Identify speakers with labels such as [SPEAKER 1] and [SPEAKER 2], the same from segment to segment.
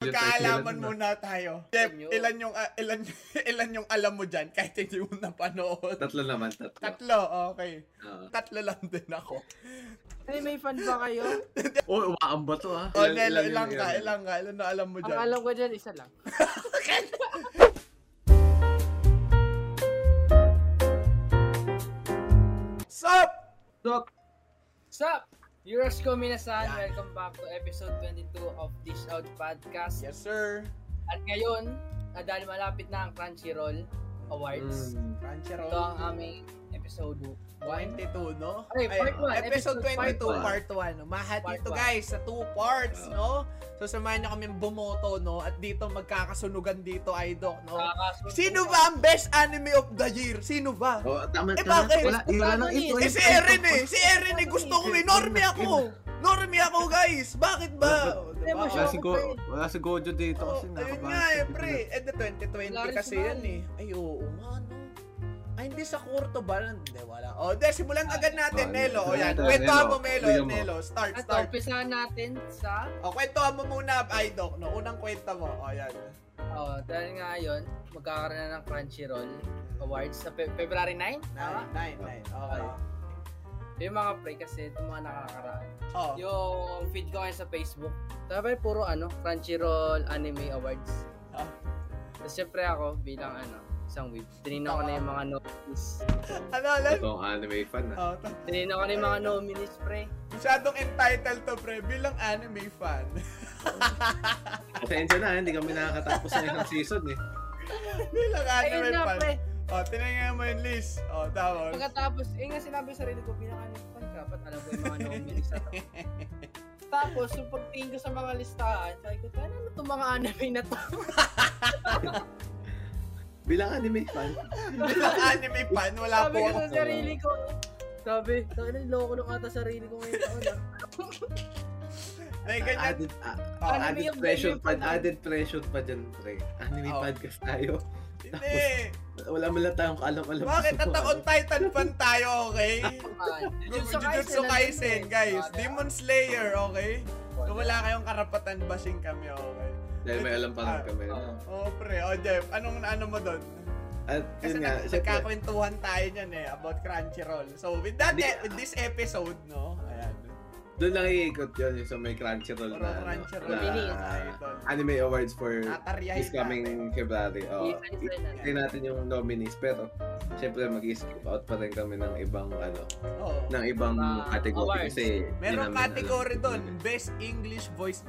[SPEAKER 1] Budget
[SPEAKER 2] Magkaalaman
[SPEAKER 1] na.
[SPEAKER 2] muna tayo. Jeff,
[SPEAKER 3] Yun.
[SPEAKER 2] ilan yung, ah, ilan, ilan yung alam mo dyan kahit hindi mo napanood?
[SPEAKER 1] Tatlo naman, tatlo.
[SPEAKER 2] Tatlo, okay.
[SPEAKER 1] Oo.
[SPEAKER 2] Tatlo lang din ako.
[SPEAKER 3] Ay, may fan ba kayo?
[SPEAKER 1] Oh, umaamba to ah.
[SPEAKER 2] O,
[SPEAKER 1] ilan
[SPEAKER 2] Nelo, ilang
[SPEAKER 1] yun,
[SPEAKER 2] ka,
[SPEAKER 1] ilan?
[SPEAKER 2] ilang ka, ilan na alam mo
[SPEAKER 3] Ang
[SPEAKER 2] dyan?
[SPEAKER 3] alam ko dyan, isa lang.
[SPEAKER 2] Sup?
[SPEAKER 1] Sup?
[SPEAKER 3] Sup! Eurosco Minasan,
[SPEAKER 2] Yan.
[SPEAKER 3] welcome back to episode 22 of Dish Out Podcast.
[SPEAKER 2] Yes, sir.
[SPEAKER 3] At ngayon, ah, dahil malapit na ang Crunchyroll Awards,
[SPEAKER 1] Mm.
[SPEAKER 3] ito ang
[SPEAKER 2] Crunchyroll.
[SPEAKER 3] aming episode 1.
[SPEAKER 2] 22, no?
[SPEAKER 3] Ay, part one,
[SPEAKER 2] Episode
[SPEAKER 3] episode
[SPEAKER 2] 22, part
[SPEAKER 1] part
[SPEAKER 2] 1. Mahati
[SPEAKER 3] Part
[SPEAKER 2] ito,
[SPEAKER 3] one. Oh.
[SPEAKER 2] guys, sa two parts,
[SPEAKER 1] Oo.
[SPEAKER 2] no? So, samahan niyo kami bumoto, no? At dito, magkakasunugan dito, Idok, no?
[SPEAKER 3] Kakasunod-
[SPEAKER 2] Sino ba ang best anime of the year? Sino ba?
[SPEAKER 1] Oh, tama,
[SPEAKER 2] Eh,
[SPEAKER 1] tama.
[SPEAKER 2] bakit?
[SPEAKER 1] Wala, yun lang ang ito.
[SPEAKER 3] Eh,
[SPEAKER 2] Eh, si Erin eh! Si Erin eh! Gusto ko eh! Normie ako! Normie ako, guys! Bakit ba? O,
[SPEAKER 3] Hindi mo
[SPEAKER 2] diba?
[SPEAKER 3] siya
[SPEAKER 4] Wala si, Go, wala si Gojo dito
[SPEAKER 2] Oh,
[SPEAKER 4] kasi
[SPEAKER 2] ayun
[SPEAKER 4] nakabahan
[SPEAKER 2] nga eh,
[SPEAKER 4] siya.
[SPEAKER 2] pre. Eh, the 2020
[SPEAKER 3] Wala rin
[SPEAKER 2] kasi
[SPEAKER 3] si
[SPEAKER 2] yan
[SPEAKER 3] Manny.
[SPEAKER 2] eh. Ay, oo nga, no. Ay, hindi sa kurto ba? Hindi, wala. O, oh, de, simulan agad
[SPEAKER 1] Oh,
[SPEAKER 2] natin, Nelo. O, yan.
[SPEAKER 1] Nelo,
[SPEAKER 2] Kwento
[SPEAKER 1] Nelo.
[SPEAKER 2] mo, Melo.
[SPEAKER 1] Kuya mo.
[SPEAKER 2] Nelo, start,
[SPEAKER 3] At
[SPEAKER 2] start.
[SPEAKER 3] umpisa natin sa,
[SPEAKER 2] O, kwento mo muna, Idok, no? Unang kwento mo. O, yan.
[SPEAKER 3] oh, dahil nga ngayon, magkakaroon na ng Crunchyroll Awards sa Fe- February 9? Tama?
[SPEAKER 2] Nine, nine, nine. Okay.
[SPEAKER 3] Yung mga pre kasi itong mga nakakaraan.
[SPEAKER 2] O,
[SPEAKER 3] Yung feed ko ngayon sa Facebook, sabi puro ano, Crunchyroll Anime Awards.
[SPEAKER 2] Ah.
[SPEAKER 3] Tapos syempre ako bilang ano, isang weeb. Tinignan ko na yung mga nominees.
[SPEAKER 2] ano, alam?
[SPEAKER 1] Itong anime fan ah.
[SPEAKER 2] O, ta-
[SPEAKER 3] Tinignan ko na yung mga nominees, pre.
[SPEAKER 2] masyadong entitled to, pre. Bilang anime fan.
[SPEAKER 1] Pasensya na, hindi kami nakakatapos ng isang season eh.
[SPEAKER 2] bilang anime
[SPEAKER 3] Ayun na,
[SPEAKER 2] fan.
[SPEAKER 3] pre.
[SPEAKER 2] O, tinanong Oh, mo yung list. O, tama.
[SPEAKER 3] Pagkatapos, eh nga sinabi sa sarili ko bilang anime fan, dapat alam ko yung mga nominees. at- Tapos, yung pagtingin ko sa mga listahan, sabi ko, "Tara, ano itong mga anime na to?
[SPEAKER 1] Bilang anime fan.
[SPEAKER 2] bilang anime fan, wala po
[SPEAKER 3] sabi ko
[SPEAKER 2] ako.
[SPEAKER 3] sa sarili ko. Sabi, sabi na, loko lang ata sarili ko ngayon. taon, ah."
[SPEAKER 2] May ganyan. Oh,
[SPEAKER 1] added, ah,
[SPEAKER 2] O,
[SPEAKER 3] Anime
[SPEAKER 1] added
[SPEAKER 3] yung
[SPEAKER 1] pressure
[SPEAKER 3] anime
[SPEAKER 1] pa,
[SPEAKER 3] fan.
[SPEAKER 1] added pressure pa dyan, pre. Anime
[SPEAKER 2] Oh.
[SPEAKER 1] podcast tayo.
[SPEAKER 2] Hindi.
[SPEAKER 1] Wala man lang tayong alam-alam.
[SPEAKER 2] Bakit attack on Titan fan tayo, okay?
[SPEAKER 3] Jujutsu
[SPEAKER 2] Jujutsu Kaisen,
[SPEAKER 3] alam mo
[SPEAKER 2] guys.
[SPEAKER 3] yun. eh.
[SPEAKER 2] Demon Slayer, okay? So, wala kayong karapatan bashing kami, okay?
[SPEAKER 1] Dahil may alam pa
[SPEAKER 2] Ah,
[SPEAKER 1] lang kami.
[SPEAKER 2] Oh,
[SPEAKER 3] oo.
[SPEAKER 2] pre. O, Jeff, anong ano mo doon?
[SPEAKER 1] At
[SPEAKER 2] Kasi
[SPEAKER 1] yun nga,
[SPEAKER 2] nag-
[SPEAKER 1] syempre,
[SPEAKER 2] nagkakwentuhan tayo niyan eh, about Crunchyroll. So, with that,
[SPEAKER 1] Hindi-
[SPEAKER 2] eh, with this episode, no? Ayan.
[SPEAKER 1] doon lang iikot yun yung sa may Crunchyroll
[SPEAKER 2] Puro
[SPEAKER 1] na, ano,
[SPEAKER 2] Crunchyroll. Ah,
[SPEAKER 1] na
[SPEAKER 3] Bilis.
[SPEAKER 1] anime awards for
[SPEAKER 2] Tataryahin
[SPEAKER 1] this
[SPEAKER 2] ah.
[SPEAKER 1] coming February. Oh,
[SPEAKER 3] Yes, yes, yes.
[SPEAKER 1] i natin yung nominees pero syempre mag-skip out pa rin kami ng ibang ano,
[SPEAKER 2] Oh.
[SPEAKER 1] ng ibang
[SPEAKER 3] Ah,
[SPEAKER 1] category
[SPEAKER 3] awards.
[SPEAKER 1] kasi hindi namin
[SPEAKER 2] Merong
[SPEAKER 1] alam.
[SPEAKER 2] category doon, Best English Voice.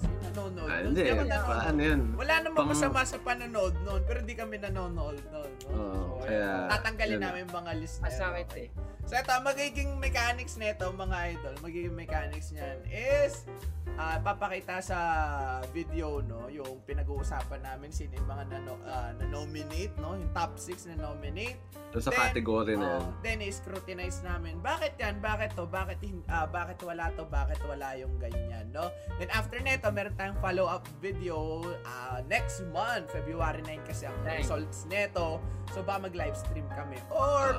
[SPEAKER 2] Ano, no, no.
[SPEAKER 1] Ah, Hindi, pa- ano yun?
[SPEAKER 2] Wala
[SPEAKER 1] Pang-
[SPEAKER 2] namang masama sa panonood noon, pero di kami nanonood noon. no?
[SPEAKER 1] Oo,
[SPEAKER 2] So,
[SPEAKER 1] kaya-
[SPEAKER 2] tatanggalin
[SPEAKER 1] yun.
[SPEAKER 2] namin mga list na yun.
[SPEAKER 3] Masakit eh.
[SPEAKER 2] So ito, magiging mechanics nito mga idol, magiging mechanics niyan is ah, papakita sa video no yung pinag-uusapan namin sino yung mga nano, ah, na-nominate no yung top 6 na nominate
[SPEAKER 1] Doon sa
[SPEAKER 2] Then,
[SPEAKER 1] category na yun. Ah,
[SPEAKER 2] Oh, then i-scrutinize namin. Bakit 'yan? Bakit 'to? Bakit hin- ah, bakit wala 'to? Bakit wala yung ganyan, no? Then after nito, meron tayong follow-up video ah, next month, February 9 kasi ang
[SPEAKER 3] Nine.
[SPEAKER 2] results nito. So ba mag-live stream kami or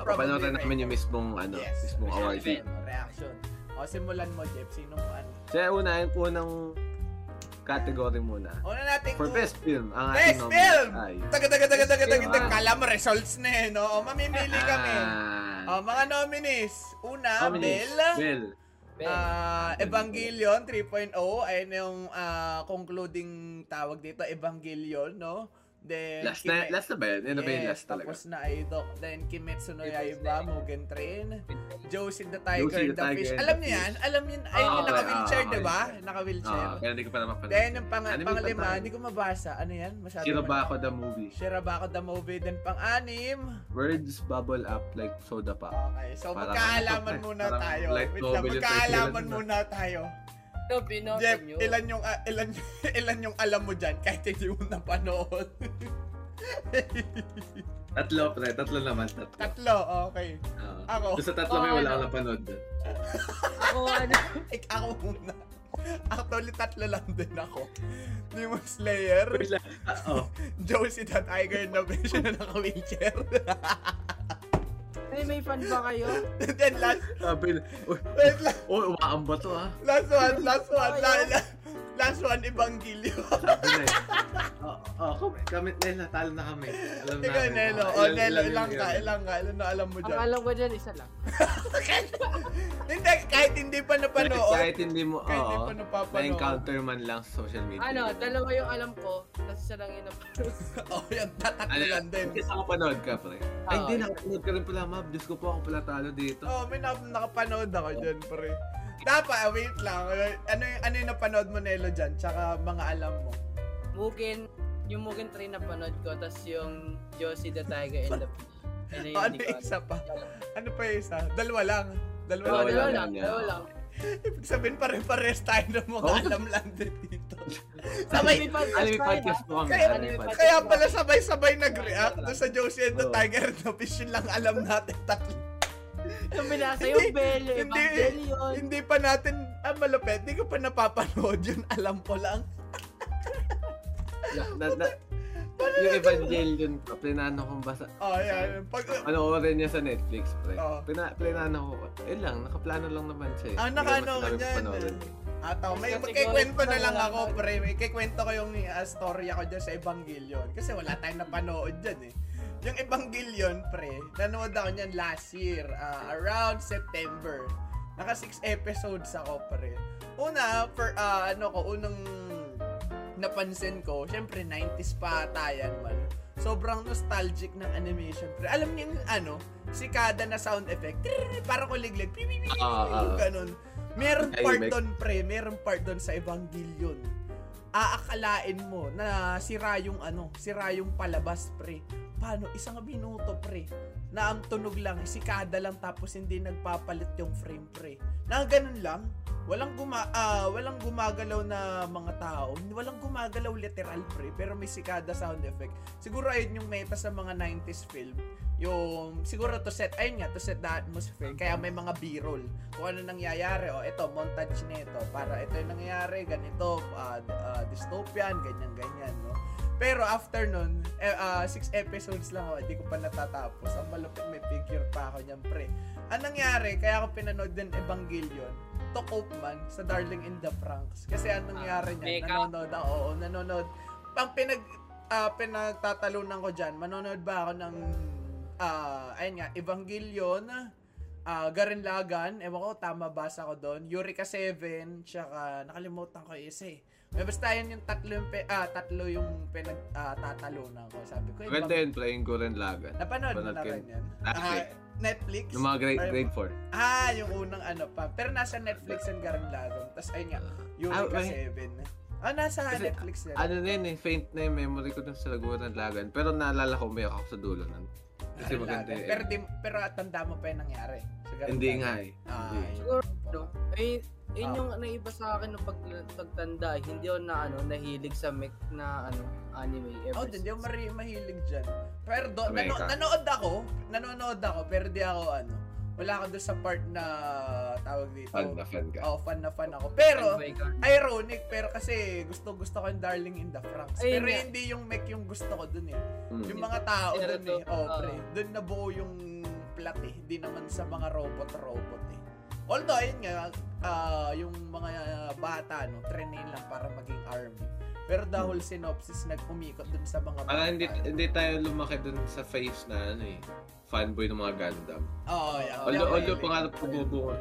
[SPEAKER 1] Ah,
[SPEAKER 2] probably
[SPEAKER 1] papanoorin namin yung mismong ano,
[SPEAKER 2] Yes.
[SPEAKER 1] mismong award.
[SPEAKER 2] reaction, reaction. O simulan mo, Jeff, sino mo ano?
[SPEAKER 1] Kaya una, yung unang category muna.
[SPEAKER 2] Una ano nating
[SPEAKER 1] For best film, ang
[SPEAKER 2] Oh. Best
[SPEAKER 1] ating nominee
[SPEAKER 2] film!
[SPEAKER 1] ay...
[SPEAKER 2] Taga taga taga taga taga
[SPEAKER 1] Best film.
[SPEAKER 2] kala mo results na eh, no? O, mamimili kami. Oh,
[SPEAKER 1] Ah,
[SPEAKER 2] O, mga nominees. Una,
[SPEAKER 1] nominees.
[SPEAKER 2] Ah, Bella.
[SPEAKER 1] Bell.
[SPEAKER 2] Ah, Evangelion 3.0 ayun na yung ah, concluding tawag dito Evangelion no then
[SPEAKER 1] Last na,
[SPEAKER 2] Kime-
[SPEAKER 1] last na ba yun? Ano ba yung
[SPEAKER 2] Yes,
[SPEAKER 1] last talaga?
[SPEAKER 2] tapos na ay Doc then Kimetsu no
[SPEAKER 3] Kimetsu
[SPEAKER 2] Yaiba
[SPEAKER 3] na-
[SPEAKER 2] Mugen Train Josie the Tiger
[SPEAKER 1] Josie the
[SPEAKER 2] the,
[SPEAKER 1] Tiger
[SPEAKER 2] Fish
[SPEAKER 1] and the
[SPEAKER 2] alam niyo
[SPEAKER 1] Fish.
[SPEAKER 2] yan alam niyo ayun
[SPEAKER 3] Ah,
[SPEAKER 2] yung naka-wheelchair
[SPEAKER 1] okay, ah,
[SPEAKER 2] di ba
[SPEAKER 1] okay.
[SPEAKER 2] naka-wheelchair
[SPEAKER 1] Ah, pero hindi ko pa napapanood.
[SPEAKER 2] then yung pang
[SPEAKER 1] Anime pa
[SPEAKER 2] panglima
[SPEAKER 1] tayo.
[SPEAKER 2] hindi ko mabasa ano yan masyado
[SPEAKER 1] Shirabako the movie.
[SPEAKER 2] Shirabako the movie then pang-anim
[SPEAKER 1] Words bubble up like soda pop.
[SPEAKER 2] Okay, so
[SPEAKER 1] Parang
[SPEAKER 2] magkaalaman
[SPEAKER 1] ano to,
[SPEAKER 2] muna
[SPEAKER 1] parang
[SPEAKER 2] tayo.
[SPEAKER 1] light
[SPEAKER 2] Wait lang,
[SPEAKER 1] novel yung
[SPEAKER 2] magkaalaman
[SPEAKER 1] title nun, ah.
[SPEAKER 2] muna tayo.
[SPEAKER 3] Ito, binoto
[SPEAKER 2] Jeff,
[SPEAKER 3] nyo.
[SPEAKER 2] ilan yung ah, ilan ilan yung alam mo diyan kahit hindi mo napanood.
[SPEAKER 1] Tatlo, pre. Tatlo naman. Tatlo.
[SPEAKER 2] Tatlo, okay.
[SPEAKER 1] Ah.
[SPEAKER 2] Ako.
[SPEAKER 1] Doon sa tatlo may
[SPEAKER 3] Oh,
[SPEAKER 1] wala
[SPEAKER 3] ano?
[SPEAKER 1] akong napanood doon.
[SPEAKER 3] Ako, ano,
[SPEAKER 2] Ik ako muna. Actually, tatlo lang din ako. Demon Slayer,
[SPEAKER 1] Wait lang. Ah, oh.
[SPEAKER 2] Josie the Tiger, and the Vision na naka-wheelchair.
[SPEAKER 3] ay, may fan ba kayo?
[SPEAKER 2] Then last,
[SPEAKER 1] Sabi na, uy,
[SPEAKER 2] wait lang,
[SPEAKER 1] uy, umaamba to ah.
[SPEAKER 2] last one, last one. La, la, plus one Evangelio.
[SPEAKER 5] Sabi na eh.
[SPEAKER 1] Ah,
[SPEAKER 5] Oo, oh, comment, comment Nela, talo na kami. Alam na.
[SPEAKER 2] Ikaw, Nelo.
[SPEAKER 1] Ah,
[SPEAKER 2] O, Nelo, ilang ka, ilang ka, ilan na alam mo
[SPEAKER 3] Ang
[SPEAKER 2] dyan?
[SPEAKER 3] alam ko dyan, isa lang.
[SPEAKER 2] Hindi, kahit hindi pa napanood.
[SPEAKER 1] Kahit hindi mo,
[SPEAKER 2] Kahit hindi
[SPEAKER 1] oo,
[SPEAKER 2] pa napapanood.
[SPEAKER 1] na-encounter man lang sa social media.
[SPEAKER 3] Ano, dalawa yung alam ko, tapos isa lang yung napanood.
[SPEAKER 2] Oh, yan, tatatlo
[SPEAKER 1] Ano
[SPEAKER 2] lang din.
[SPEAKER 1] Kasi sa kapanood ka, pre.
[SPEAKER 2] Ah,
[SPEAKER 1] Ay,
[SPEAKER 3] Oo.
[SPEAKER 1] hindi, nakapanood ka rin pala, ma'am. Diyos ko po, ako pala talo dito.
[SPEAKER 2] Oh, may nap- nakapanood ako dyan, pre. Dapat, ah, wait lang. Ano yung, ano yung napanood mo, Nelo, dyan? Tsaka mga alam mo.
[SPEAKER 3] Mugen, yung Mugen Train napanood ko, tapos yung Josie the Tiger and the Peach. Ano yun,
[SPEAKER 2] Ano
[SPEAKER 3] hindi
[SPEAKER 2] yung
[SPEAKER 3] ko
[SPEAKER 2] isa
[SPEAKER 3] alam.
[SPEAKER 2] pa? Ano pa yung isa? Dalawa lang. Dalawa,
[SPEAKER 3] Dalawa,
[SPEAKER 2] lang.
[SPEAKER 3] dalawa lang,
[SPEAKER 1] yan.
[SPEAKER 3] dalawa lang.
[SPEAKER 2] Ibig sabihin, pare-pares tayo ng mga
[SPEAKER 1] Oh.
[SPEAKER 2] alam lang din dito. Sabay,
[SPEAKER 1] Anime podcast po kami.
[SPEAKER 2] Kaya- ano
[SPEAKER 1] anime podcast.
[SPEAKER 2] kaya pala sabay-sabay nag-react doon sa Josie and the
[SPEAKER 3] Oh.
[SPEAKER 2] Tiger and the Fish. Yun lang alam natin tatlo.
[SPEAKER 3] Yung binasa yung Bell, yung
[SPEAKER 2] Hindi.
[SPEAKER 3] Evangelion.
[SPEAKER 2] Hindi pa natin, ah, malapit. Hindi ko pa napapanood yun. Alam ko lang.
[SPEAKER 1] Na- na- na- yung Evangelion ko, plinano kong basa.
[SPEAKER 2] Oh, yan. Pag,
[SPEAKER 1] Panoorin niya sa Netflix, pre.
[SPEAKER 2] Oo.
[SPEAKER 1] Pina, plinano ko. Eh lang, nakaplano lang naman siya. eh.
[SPEAKER 2] Ah,
[SPEAKER 1] Hindi ko
[SPEAKER 2] nakaano eh.
[SPEAKER 1] sinabi
[SPEAKER 2] ka niyan,
[SPEAKER 1] panoorin.
[SPEAKER 2] Ataw, may
[SPEAKER 3] Kasi
[SPEAKER 2] magkikwento
[SPEAKER 3] siguro,
[SPEAKER 2] na lang
[SPEAKER 3] wala
[SPEAKER 2] ako,
[SPEAKER 3] tayo.
[SPEAKER 2] pre. May kikwento ko yung uh, story ako dyan sa Evangelion. Kasi wala tayong napanood dyan eh. Yung Evangelion, pre, nanood ako niyan last year, ah, around September. Naka 6 episodes ako, pre. Una, for, ah, ano ko, unang napansin ko, syempre 90s pa tayan man. Sobrang nostalgic ng animation, pre. Alam niyo yung ano, sikada na sound effect. Trrr, Parang kuliglig. Pi, pi, pi, pi,
[SPEAKER 1] Ah, ah,
[SPEAKER 2] yung
[SPEAKER 1] ah.
[SPEAKER 2] ganun. Meron
[SPEAKER 1] Ay,
[SPEAKER 2] part
[SPEAKER 1] may-
[SPEAKER 2] doon, pre. Meron part doon sa Evangelion. Aakalain mo na sira yung ano, sira yung palabas, pre. Paano? Isang minuto, pre. Na ang tunog lang, sikada lang tapos hindi nagpapalit yung frame, pre. Na ganun lang. Walang guma ah, walang gumagalaw na mga tao. Walang gumagalaw literal, pre. Pero may sikada sound effect. Siguro ayun yung meta sa mga 90s film yung siguro to set ayun nga to set the atmosphere kaya may mga b-roll kung ano nangyayari o ito montage nito para ito yung nangyayari ganito ah, d- ah, dystopian ganyan ganyan no pero after nun, eh, ah, six episodes lang ako, hindi ko pa natatapos. Ang malupit, may figure pa ako niyan, pre. Ang nangyari, kaya ako pinanood din Evangelion to cope man sa Darling in the Franxx. Kasi ang nangyari niyan,
[SPEAKER 3] Mega.
[SPEAKER 2] nanonood ako, oo, nanonood. Ang pinag, ah, pinagtatalunan ko dyan, manonood ba ako ng, ah, ayun nga, Evangelion, ah, Garen Lagan, ewan ko, tama basa ko doon, Eureka 7, tsaka nakalimutan ko yung isa eh. May basta yan yung tatlo yung, pe, ah, tatlo yung pinag, ah, tatalunan ko. Sabi ko, eh,
[SPEAKER 1] Maganda yun, pre, yung Gurren Lagann.
[SPEAKER 2] Napanood mo
[SPEAKER 1] Panood
[SPEAKER 2] na
[SPEAKER 1] ko
[SPEAKER 2] rin
[SPEAKER 1] yun.
[SPEAKER 2] yan?
[SPEAKER 1] Last
[SPEAKER 2] Ah,
[SPEAKER 1] week.
[SPEAKER 2] Netflix?
[SPEAKER 1] Yung mga grade,
[SPEAKER 2] Ay,
[SPEAKER 1] grade 4.
[SPEAKER 2] Ah, yung unang ano pa. Pero nasa Netflix yung Garang Lagom. Tapos ayun nga, Eureka
[SPEAKER 1] wait.
[SPEAKER 2] 7. Ah, nasa
[SPEAKER 1] Ah, Kasi,
[SPEAKER 2] Netflix yan.
[SPEAKER 1] ano na yun eh, faint na yung memory ko dun sa Lagunan Lagan. Pero naalala ko, umiyak ako sa dulo nun. Kasi
[SPEAKER 2] Garang
[SPEAKER 1] maganda
[SPEAKER 2] Lagan.
[SPEAKER 1] yun.
[SPEAKER 2] Pero, di, pero at tanda mo pa yung nangyari. Sa Garang
[SPEAKER 1] Hindi
[SPEAKER 2] Lagan.
[SPEAKER 1] nga eh.
[SPEAKER 2] Ah,
[SPEAKER 1] Hindi.
[SPEAKER 2] yun.
[SPEAKER 3] Siguro, ano, ay,
[SPEAKER 2] Ah.
[SPEAKER 3] yun yung naiba sa akin nung pag, pagtanda, hindi ako na ano, nahilig sa mech na ano, anime ever
[SPEAKER 2] Oh, hindi ako
[SPEAKER 3] since.
[SPEAKER 2] mari- mahilig dyan. Pero do, nano,
[SPEAKER 1] America.
[SPEAKER 2] nanood ako, nanonood ako, pero di ako ano, wala ako doon sa part na tawag dito.
[SPEAKER 1] Fan na fan ka.
[SPEAKER 2] Oh, fan na fan ako. Pero,
[SPEAKER 3] Anyway, ganun.
[SPEAKER 2] ironic, pero kasi gusto gusto ko yung Darling in the Franxx.
[SPEAKER 3] Ayun
[SPEAKER 2] Pero
[SPEAKER 3] nga.
[SPEAKER 2] hindi yung mech yung gusto ko dun eh.
[SPEAKER 1] Mm.
[SPEAKER 2] Yung mga tao
[SPEAKER 3] Pero
[SPEAKER 2] dun eh.
[SPEAKER 3] to-
[SPEAKER 2] Oh,
[SPEAKER 3] oo.
[SPEAKER 2] pre. Dun nabuo yung plot eh. Hindi naman sa mga robot-robot eh. Although, ayun nga, ah, yung mga bata, no, trainin lang para maging army. Pero the whole synopsis nag-umikot dun sa mga bata.
[SPEAKER 1] Parang hindi, hindi tayo lumaki dun sa face na ano eh. Fanboy ng mga Gundam.
[SPEAKER 2] Oo, Oh, yeah.
[SPEAKER 1] Although,
[SPEAKER 2] yeah,
[SPEAKER 1] although
[SPEAKER 2] yeah.
[SPEAKER 1] pangarap ko bubuo.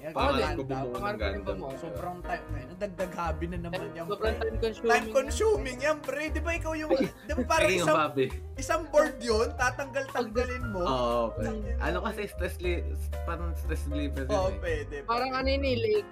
[SPEAKER 2] Yeah,
[SPEAKER 1] Pangarap
[SPEAKER 2] Gundam.
[SPEAKER 1] ko bubuo ng
[SPEAKER 3] Pangarap ko rin
[SPEAKER 1] Gundam.
[SPEAKER 3] bumuo.
[SPEAKER 2] Sobrang time, ay, nadagdag hobby na naman yan,
[SPEAKER 3] Sobrang
[SPEAKER 2] pre.
[SPEAKER 3] time consuming.
[SPEAKER 2] Time consuming yan, pre. Di ba ikaw yung, di ba parang
[SPEAKER 1] Naging
[SPEAKER 2] isang,
[SPEAKER 1] babe.
[SPEAKER 2] isang board yun, tatanggal-tanggalin mo.
[SPEAKER 1] Oo. pre.
[SPEAKER 2] Tangin na,
[SPEAKER 1] Ano kasi stress li... Parang stress reliever din eh.
[SPEAKER 2] Oo, Oh, pwede.
[SPEAKER 3] Parang ano yun, eh, like,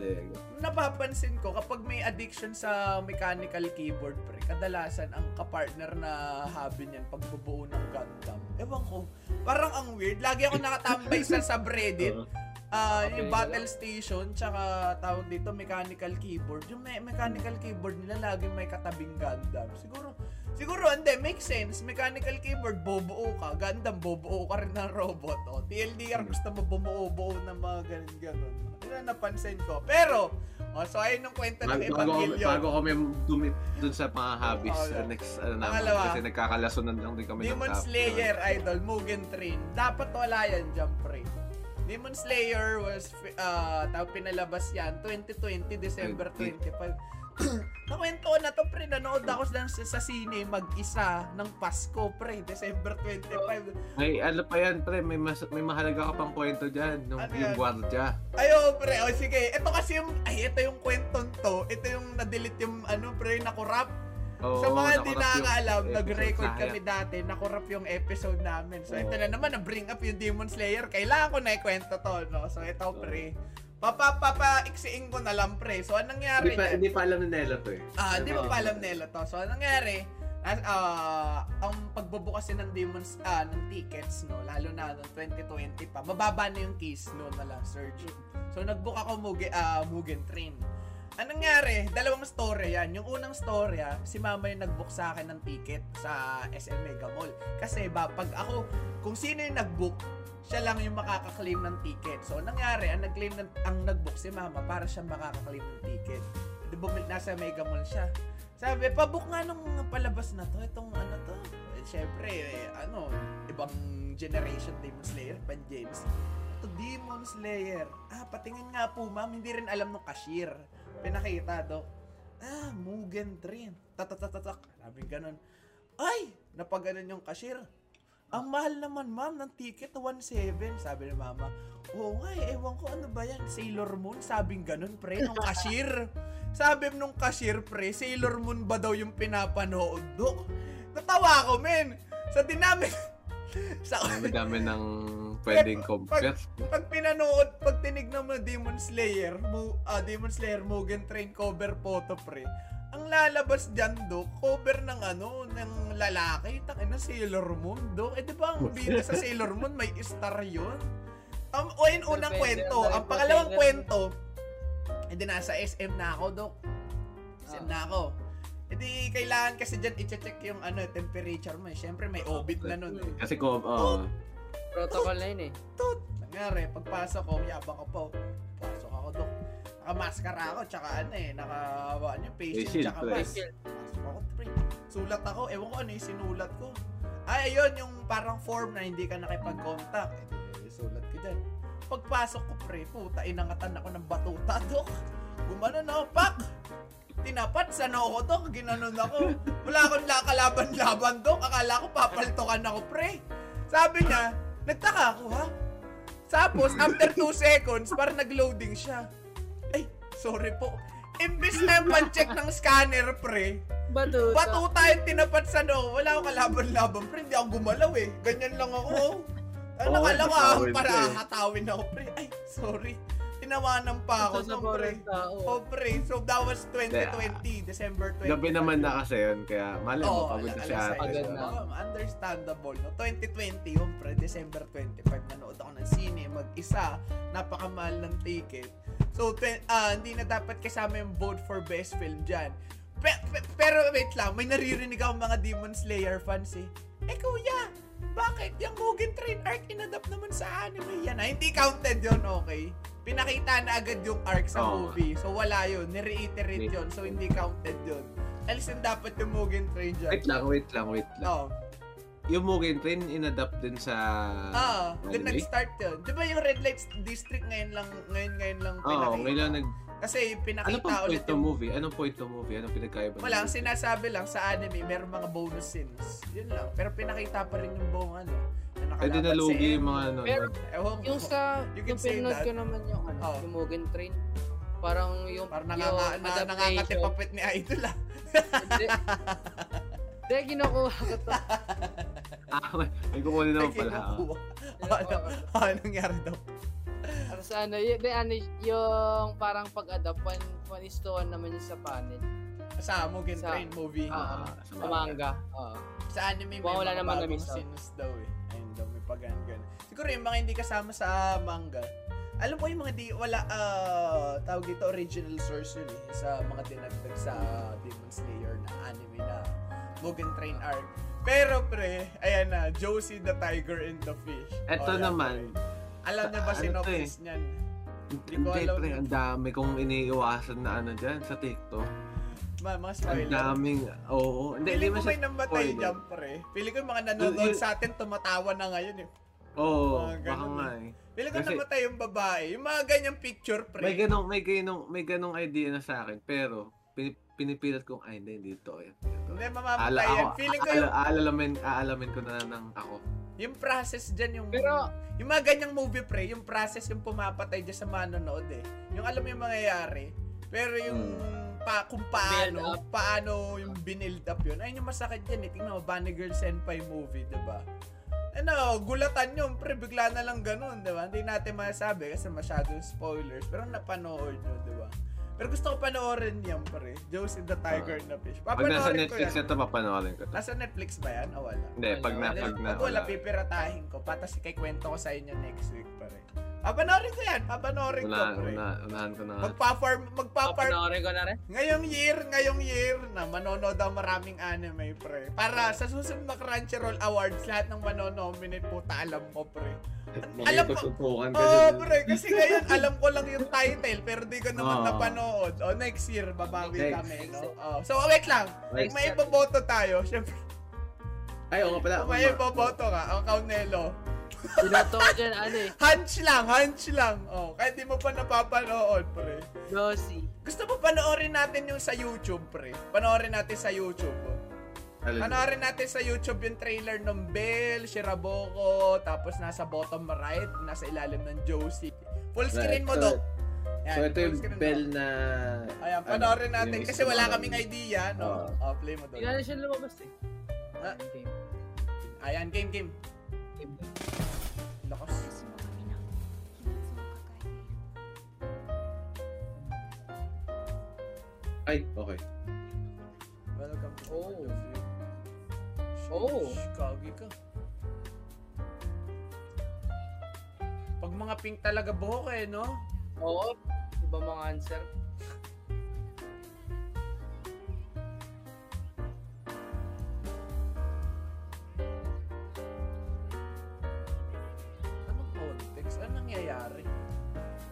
[SPEAKER 1] Parang Lego.
[SPEAKER 2] napapansin ko kapag may addiction sa mechanical keyboard pre, kadalasan ang kapartner na hobby niyan pagbubuo ng Gundam. Ewan ko, parang ang weird. Lagi ako nakatambay sa subreddit,
[SPEAKER 1] Oo.
[SPEAKER 2] ah
[SPEAKER 3] Okay,
[SPEAKER 2] yung
[SPEAKER 3] wala.
[SPEAKER 2] battle station, tsaka tawag dito mechanical keyboard. Yung me- mechanical keyboard nila lagi may katabing Gundam. Siguro, siguro hindi, make sense. Mechanical keyboard, bobuo ka. Gundam, bobuo ka rin ng robot. O, TLDR,
[SPEAKER 1] Hmm.
[SPEAKER 2] gusto mo bumuo-buo ng mga ganun-ganun. Yun ang napansin ko. Pero, o, so ayun yung kwento ng
[SPEAKER 1] Bago, bago,
[SPEAKER 2] Evangelion.
[SPEAKER 1] bago kami dumit dun sa mga hobbies,
[SPEAKER 2] Oo, yeah.
[SPEAKER 1] uh, next, ano naman,
[SPEAKER 2] Pangalawa.
[SPEAKER 1] kasi nagkakalasunan lang din kami ano.
[SPEAKER 2] Demon
[SPEAKER 1] ng tap.
[SPEAKER 2] Slayer, Idol, Mugen Train. Dapat wala yan, Jump Ray. Demon Slayer was uh, tawag pinalabas yan 2020 December 25.
[SPEAKER 1] 20.
[SPEAKER 2] Nakwento ko na to pre, nanood ako lang sa, sa sine mag-isa ng Pasko pre, December 25.
[SPEAKER 1] May ano pa yan, pre, may, mas, may mahalaga ka pang kwento dyan, nung,
[SPEAKER 2] Ano
[SPEAKER 1] yung
[SPEAKER 2] yan?
[SPEAKER 1] gwardya.
[SPEAKER 2] Ayo pre, o sige, ito kasi yung, ay ito yung kwentong to, ito yung na-delete yung ano pre, nakurap.
[SPEAKER 1] Oo,
[SPEAKER 2] sa mga
[SPEAKER 1] nakurap
[SPEAKER 2] hindi
[SPEAKER 1] yung
[SPEAKER 2] nakakaalam,
[SPEAKER 1] episode
[SPEAKER 2] nag-record
[SPEAKER 1] sa
[SPEAKER 2] kami dati, nakurap yung episode namin. So, ito
[SPEAKER 1] Oo.
[SPEAKER 2] na naman, na-bring up yung Demon Slayer. Kailangan ko na ikwento to, no? So, ito,
[SPEAKER 1] Oo.
[SPEAKER 2] pre. Papapapaiksiin ko na lang, pre. So, anong
[SPEAKER 1] Hindi
[SPEAKER 2] nangyari?
[SPEAKER 1] pa, hindi pa alam ni Nelo to eh.
[SPEAKER 2] Ah, di
[SPEAKER 1] Hindi
[SPEAKER 2] mo
[SPEAKER 1] pa
[SPEAKER 2] pa alam nila to. So, anong nangyari? As, ah, ang pagbubukas din ng demons ah, ng tickets no lalo na noong 2020 pa mababa na yung case no na lang surge so nagbook ako Mugen, ah, Mugen Train anong nangyari dalawang story yan yung unang story ah, si mama yung nagbook sa akin ng ticket sa SM Mega Mall kasi ba pag ako kung sino yung nagbook siya lang yung makaka-claim ng ticket. So, anong nangyari, ang nag-claim ng, ang nag-book si mama para siya makaka-claim ng ticket. Di ba, nasa Mega Mall siya. Sabi, pabook nga nung palabas na to, itong ano to. Eh, Siyempre, eh, ano, ibang generation Demon Slayer, pan James. Ito, Demon Slayer. Ah, patingin nga po, ma'am, hindi rin alam nung cashier. Pinakita, Doc. Ah, Mugen Train. Tatatatatak. Sabi ganun. Ay, napaganon yung cashier. Ang mahal naman, ma'am, ng ticket, 1.7, sabi ni mama. Oo nga, eh, ewan ko, ano ba yan? Sailor Moon, sabing ganun, pre, nung cashier. Sabi nung cashier, pre, Sailor Moon ba daw yung pinapanood, Dok? Natawa ko, men. Sa dinami... sa,
[SPEAKER 1] Ang dami ng pwedeng compare.
[SPEAKER 2] pag pinanood, pag tinignan mo Demon Slayer, Mo, ah, Demon Slayer Mugen Train cover photo, pre, ang lalabas dyan, Dok, cover ng ano, ng lalaki. Tangina, Sailor Moon, Dok. Eh, di ba ang bida sa Sailor Moon, may star yun? Um, o yun, unang
[SPEAKER 3] Depende,
[SPEAKER 2] kwento.
[SPEAKER 3] dahil
[SPEAKER 2] Ang
[SPEAKER 3] po
[SPEAKER 2] pangalawang
[SPEAKER 3] Sailor
[SPEAKER 2] kwento, eh di nasa SM na ako, Dok. SM
[SPEAKER 3] Ah.
[SPEAKER 2] na ako. Eh di, kailangan kasi dyan i-check yung ano, temperature mo. eh. Siyempre, may obit na nun. Eh.
[SPEAKER 1] Kasi ko, oh,
[SPEAKER 3] Protocol na yun eh.
[SPEAKER 2] Tut! Nangyari, pagpasok ko, yabang ko po. Pasok ako, Dok. Naka-maskara ako, tsaka ano eh, naka, ano yung patient,
[SPEAKER 1] Face shield,
[SPEAKER 2] tsaka
[SPEAKER 1] pre.
[SPEAKER 2] mask. Pasok ako, pre. Sulat ako, ewan ko ano yung sinulat ko. Ay, ayun, yung parang form na hindi ka nakipag-contact. Eh, di, sulat ko dyan. Pagpasok ko, pre, puta, inangatan ako ng batuta, Dok. Gumano na, ako, pak! Tinapat sa noo ko, Dok. Ginanon ako. Wala akong lakalaban-laban, Dok. Akala ko papaltokan ako, pre. Sabi niya, nagtaka ako, ha? Tapos, after 2 seconds, parang nag-loading siya. Ay, sorry po. Imbis na yung pan-check ng scanner, pre,
[SPEAKER 3] Batuta.
[SPEAKER 2] Batuta yung tinapat sa noo. Wala akong kalaban-laban, pre. Hindi ako gumalaw eh. Ganyan lang ako. oh. Ano
[SPEAKER 1] Oo,
[SPEAKER 2] kala ko ah,
[SPEAKER 1] tatawid
[SPEAKER 2] para
[SPEAKER 1] ka eh.
[SPEAKER 2] hatawin ako, pre. Ay, sorry. Tinawanan pa ako
[SPEAKER 3] Batuta
[SPEAKER 2] ng
[SPEAKER 3] po
[SPEAKER 2] pre.
[SPEAKER 3] rin tao.
[SPEAKER 2] Oh, pre. So, that was 2020, December 2020.
[SPEAKER 1] gabi naman na kasi yun, kaya malay mo,
[SPEAKER 2] Oo,
[SPEAKER 1] pagod na
[SPEAKER 2] ala-
[SPEAKER 1] si
[SPEAKER 2] Oh,
[SPEAKER 1] ate.
[SPEAKER 2] alas
[SPEAKER 1] diba?
[SPEAKER 3] Pagod
[SPEAKER 2] size.
[SPEAKER 3] na.
[SPEAKER 2] Oo, understandable. No? 2020 yun, pre. December 25, nanood ako ng sine. Mag-isa, napakamahal ng ticket. So, twen- ah, hindi na dapat kasama yung vote for best film dyan. Pe- pe- pero wait lang, may naririnig ako mga Demon Slayer fans eh. Eh kuya, bakit yung Mugen Train arc inadapt naman sa anime yan? Ah, hindi counted yon okay? Pinakita na agad yung arc sa
[SPEAKER 1] Oo.
[SPEAKER 2] movie. So wala yun, nireiterate yun. So hindi counted yun. Alisin dapat yung Mugen Train dyan.
[SPEAKER 1] Wait lang, wait lang, wait lang.
[SPEAKER 2] Oo.
[SPEAKER 1] Yung Mugen Train, inadapt din sa...
[SPEAKER 2] Oh. Ah, doon
[SPEAKER 1] anime?
[SPEAKER 2] nag-start yun. Di ba yung Red Light District ngayon lang, ngayon ngayon lang pinakita?
[SPEAKER 1] Oo, ngayon lang nag...
[SPEAKER 2] Kasi pinakita
[SPEAKER 1] Ano pang
[SPEAKER 2] ulit
[SPEAKER 1] point ng movie? Anong point ng movie? Anong pinagkaiba? ng
[SPEAKER 2] Wala, ang
[SPEAKER 1] movie?
[SPEAKER 2] sinasabi lang sa anime, meron mga bonus scenes. Yun lang. Pero pinakita pa rin yung buong ano. Na
[SPEAKER 1] Pwede na
[SPEAKER 2] nakalapat sa
[SPEAKER 1] lugi
[SPEAKER 2] M.
[SPEAKER 1] yung mga ano.
[SPEAKER 3] Pero-
[SPEAKER 2] Ewan ko.
[SPEAKER 3] Yung sa,
[SPEAKER 2] You can
[SPEAKER 3] yung
[SPEAKER 2] say
[SPEAKER 3] pinanood
[SPEAKER 2] that.
[SPEAKER 3] ko naman yung ano,
[SPEAKER 2] Oh.
[SPEAKER 3] yung Mugen Train. Parang yung,
[SPEAKER 2] Parang nanganga,
[SPEAKER 3] yung
[SPEAKER 2] na,
[SPEAKER 3] adaptation.
[SPEAKER 2] nangangatipapit ni Idol ah.
[SPEAKER 3] Hindi. Hindi, kinukuha ko
[SPEAKER 2] Ano?
[SPEAKER 3] to.
[SPEAKER 1] Ah, may- may kukunin naman
[SPEAKER 2] Ay,
[SPEAKER 1] pala. ah.
[SPEAKER 2] kinukuha. Ano, ano nangyari daw?
[SPEAKER 3] Tapos ano, yun, di, ano, yung parang pag-adapt, one, one is to one naman yung sa panel.
[SPEAKER 2] Sa Mugen
[SPEAKER 3] Sa-
[SPEAKER 2] Train movie.
[SPEAKER 1] Ah, sa
[SPEAKER 2] Oh,
[SPEAKER 3] Ah, Sa
[SPEAKER 1] mga-
[SPEAKER 3] manga. Oo.
[SPEAKER 2] sa anime may
[SPEAKER 3] Mukhang wala
[SPEAKER 2] mga
[SPEAKER 3] naman
[SPEAKER 2] bagong
[SPEAKER 3] na-miss out.
[SPEAKER 2] scenes daw eh. Ayun daw, may pagano ganun. Siguro yung mga hindi kasama sa manga. Alam ko yung mga di, wala, ah, tawag dito, original source yun eh. Sa mga dinagdag sa Demon Slayer na anime na Mugen Train arc. Pero pre, ayan na, Josie the Tiger and the Fish.
[SPEAKER 1] Eto
[SPEAKER 2] Oh, yan,
[SPEAKER 1] naman.
[SPEAKER 2] pre. Alam niyo ba
[SPEAKER 1] Ano to
[SPEAKER 2] synopsis niyan? ko
[SPEAKER 1] Hindi,
[SPEAKER 2] alam
[SPEAKER 1] pre,
[SPEAKER 2] yun.
[SPEAKER 1] ang dami kong iniiwasan na ano dyan sa TikTok.
[SPEAKER 2] Ma, mga
[SPEAKER 1] Ang
[SPEAKER 2] spoiler.
[SPEAKER 1] daming, oo. Hindi, hindi
[SPEAKER 2] Pili ko
[SPEAKER 1] man
[SPEAKER 2] may
[SPEAKER 1] siya
[SPEAKER 2] namatay
[SPEAKER 1] spoiler.
[SPEAKER 2] dyan, pre. Pili ko yung mga nanonood
[SPEAKER 1] Yun-
[SPEAKER 2] sa atin tumatawa na ngayon eh.
[SPEAKER 1] Oo,
[SPEAKER 2] Mga ganun
[SPEAKER 1] baka nga eh.
[SPEAKER 2] Pili ko
[SPEAKER 1] Kasi-
[SPEAKER 2] namatay yung babae. Yung mga ganyang picture, pre.
[SPEAKER 1] May ganong, may ganong, may ganong idea na sa akin, pero pini- pinipilit kong, ay hindi, hindi to. Yan, hindi to.
[SPEAKER 2] Hindi,
[SPEAKER 1] Ala,
[SPEAKER 2] mamamatay
[SPEAKER 1] ako,
[SPEAKER 2] yan. Feeling ko
[SPEAKER 1] aala-
[SPEAKER 2] yung,
[SPEAKER 1] aalamin, aalamin ko na ng ako.
[SPEAKER 2] yung process dyan yung...
[SPEAKER 3] Pero-
[SPEAKER 2] Yung mga ganyang movie, pre, yung process yung pumapatay dyan sa manonood eh. Yung alam mo yung mangyayari. Pero yung
[SPEAKER 1] Hmm.
[SPEAKER 2] pa, kung paano,
[SPEAKER 3] Build
[SPEAKER 2] paano yung binild up yun. Ayun yung masakit yan eh. Tingnan mo, Bunny Girl Senpai movie, di ba? Ano, gulatan yun, pre, bigla na lang ganun, di ba? Hindi natin masabi kasi masyadong spoilers. Pero napanood nyo, di ba? Pero gusto ko panoorin yan, pre. Josie the Tiger na Fish.
[SPEAKER 1] Ah. Pag nasa
[SPEAKER 2] Papanoorin ko
[SPEAKER 1] Netflix
[SPEAKER 2] yan.
[SPEAKER 1] na to, papanoorin ko to.
[SPEAKER 2] Nasa Netflix ba yan? O wala?
[SPEAKER 1] Hindi, pag na,
[SPEAKER 2] Wala,
[SPEAKER 1] pag na,
[SPEAKER 2] pag wala,
[SPEAKER 1] wala.
[SPEAKER 2] pipiratahin ko. Patas ikikwento ko sa inyo next week pa rin. Papanorin ko yan. Papanorin ko,
[SPEAKER 1] Una,
[SPEAKER 2] pre.
[SPEAKER 1] una, unahan ko na nga.
[SPEAKER 2] Magpa-farm, magpa-farm.
[SPEAKER 3] Papanoorin ko na rin.
[SPEAKER 2] Ngayong year, ngayong year na manonood ang maraming anime, pre. Para sa susunod na Crunchyroll Awards, lahat ng manonominate, puta alam mo, pre. Alam ko-
[SPEAKER 5] Makipagtutukan ka
[SPEAKER 1] eh.
[SPEAKER 2] Oo,
[SPEAKER 5] dun.
[SPEAKER 2] pre, kasi ngayon alam ko lang yung title, pero di ko naman
[SPEAKER 1] Oo.
[SPEAKER 2] napanood. O, next year, babawi
[SPEAKER 5] Next.
[SPEAKER 2] kami, no? Oh. So, wait lang.
[SPEAKER 5] Next
[SPEAKER 2] May iboboto tayo. Siyempre,
[SPEAKER 5] Ay, oo nga pala.
[SPEAKER 2] may
[SPEAKER 5] oo nga.
[SPEAKER 2] iboboto ka. Ang Kaunelo.
[SPEAKER 3] Binoto ko dyan, ano eh,
[SPEAKER 2] Hunch lang, hunch lang. Oh, kahit di mo pa napapanood, pre.
[SPEAKER 3] Josie.
[SPEAKER 2] Gusto mo panoorin natin yung sa YouTube, pre. Panoorin natin sa YouTube. oh.
[SPEAKER 1] Alin?
[SPEAKER 2] Panoorin natin sa YouTube yung trailer ng Bell, Shiraboko, tapos nasa bottom right, nasa ilalim ng Josie. Full screen mo,
[SPEAKER 5] Right,
[SPEAKER 2] Dok.
[SPEAKER 5] So, ito
[SPEAKER 2] full
[SPEAKER 5] yung
[SPEAKER 2] screen mo.
[SPEAKER 5] bell na...
[SPEAKER 2] Ayan,
[SPEAKER 5] ano,
[SPEAKER 2] panoorin
[SPEAKER 5] yung
[SPEAKER 2] natin
[SPEAKER 5] isa
[SPEAKER 2] kasi wala
[SPEAKER 5] na-
[SPEAKER 2] kaming idea, no? Oh, play mo,
[SPEAKER 3] Hindi na
[SPEAKER 2] Dok.
[SPEAKER 3] siya lumabas eh.
[SPEAKER 2] Ah.
[SPEAKER 3] Game.
[SPEAKER 2] Ayan, game, game.
[SPEAKER 3] Game.
[SPEAKER 2] Lakas.
[SPEAKER 6] 私も皆秘密を抱えて
[SPEAKER 5] Ay,
[SPEAKER 6] いる
[SPEAKER 5] okay.
[SPEAKER 2] Welcome to
[SPEAKER 3] Oh.
[SPEAKER 2] World of View. Shh,
[SPEAKER 3] Oh.
[SPEAKER 2] shh, Kagi ka. Pag mga pink talaga buhok eh, no?
[SPEAKER 3] Oo. Iba mga answer.
[SPEAKER 2] Anong Ano context? Anong nangyayari?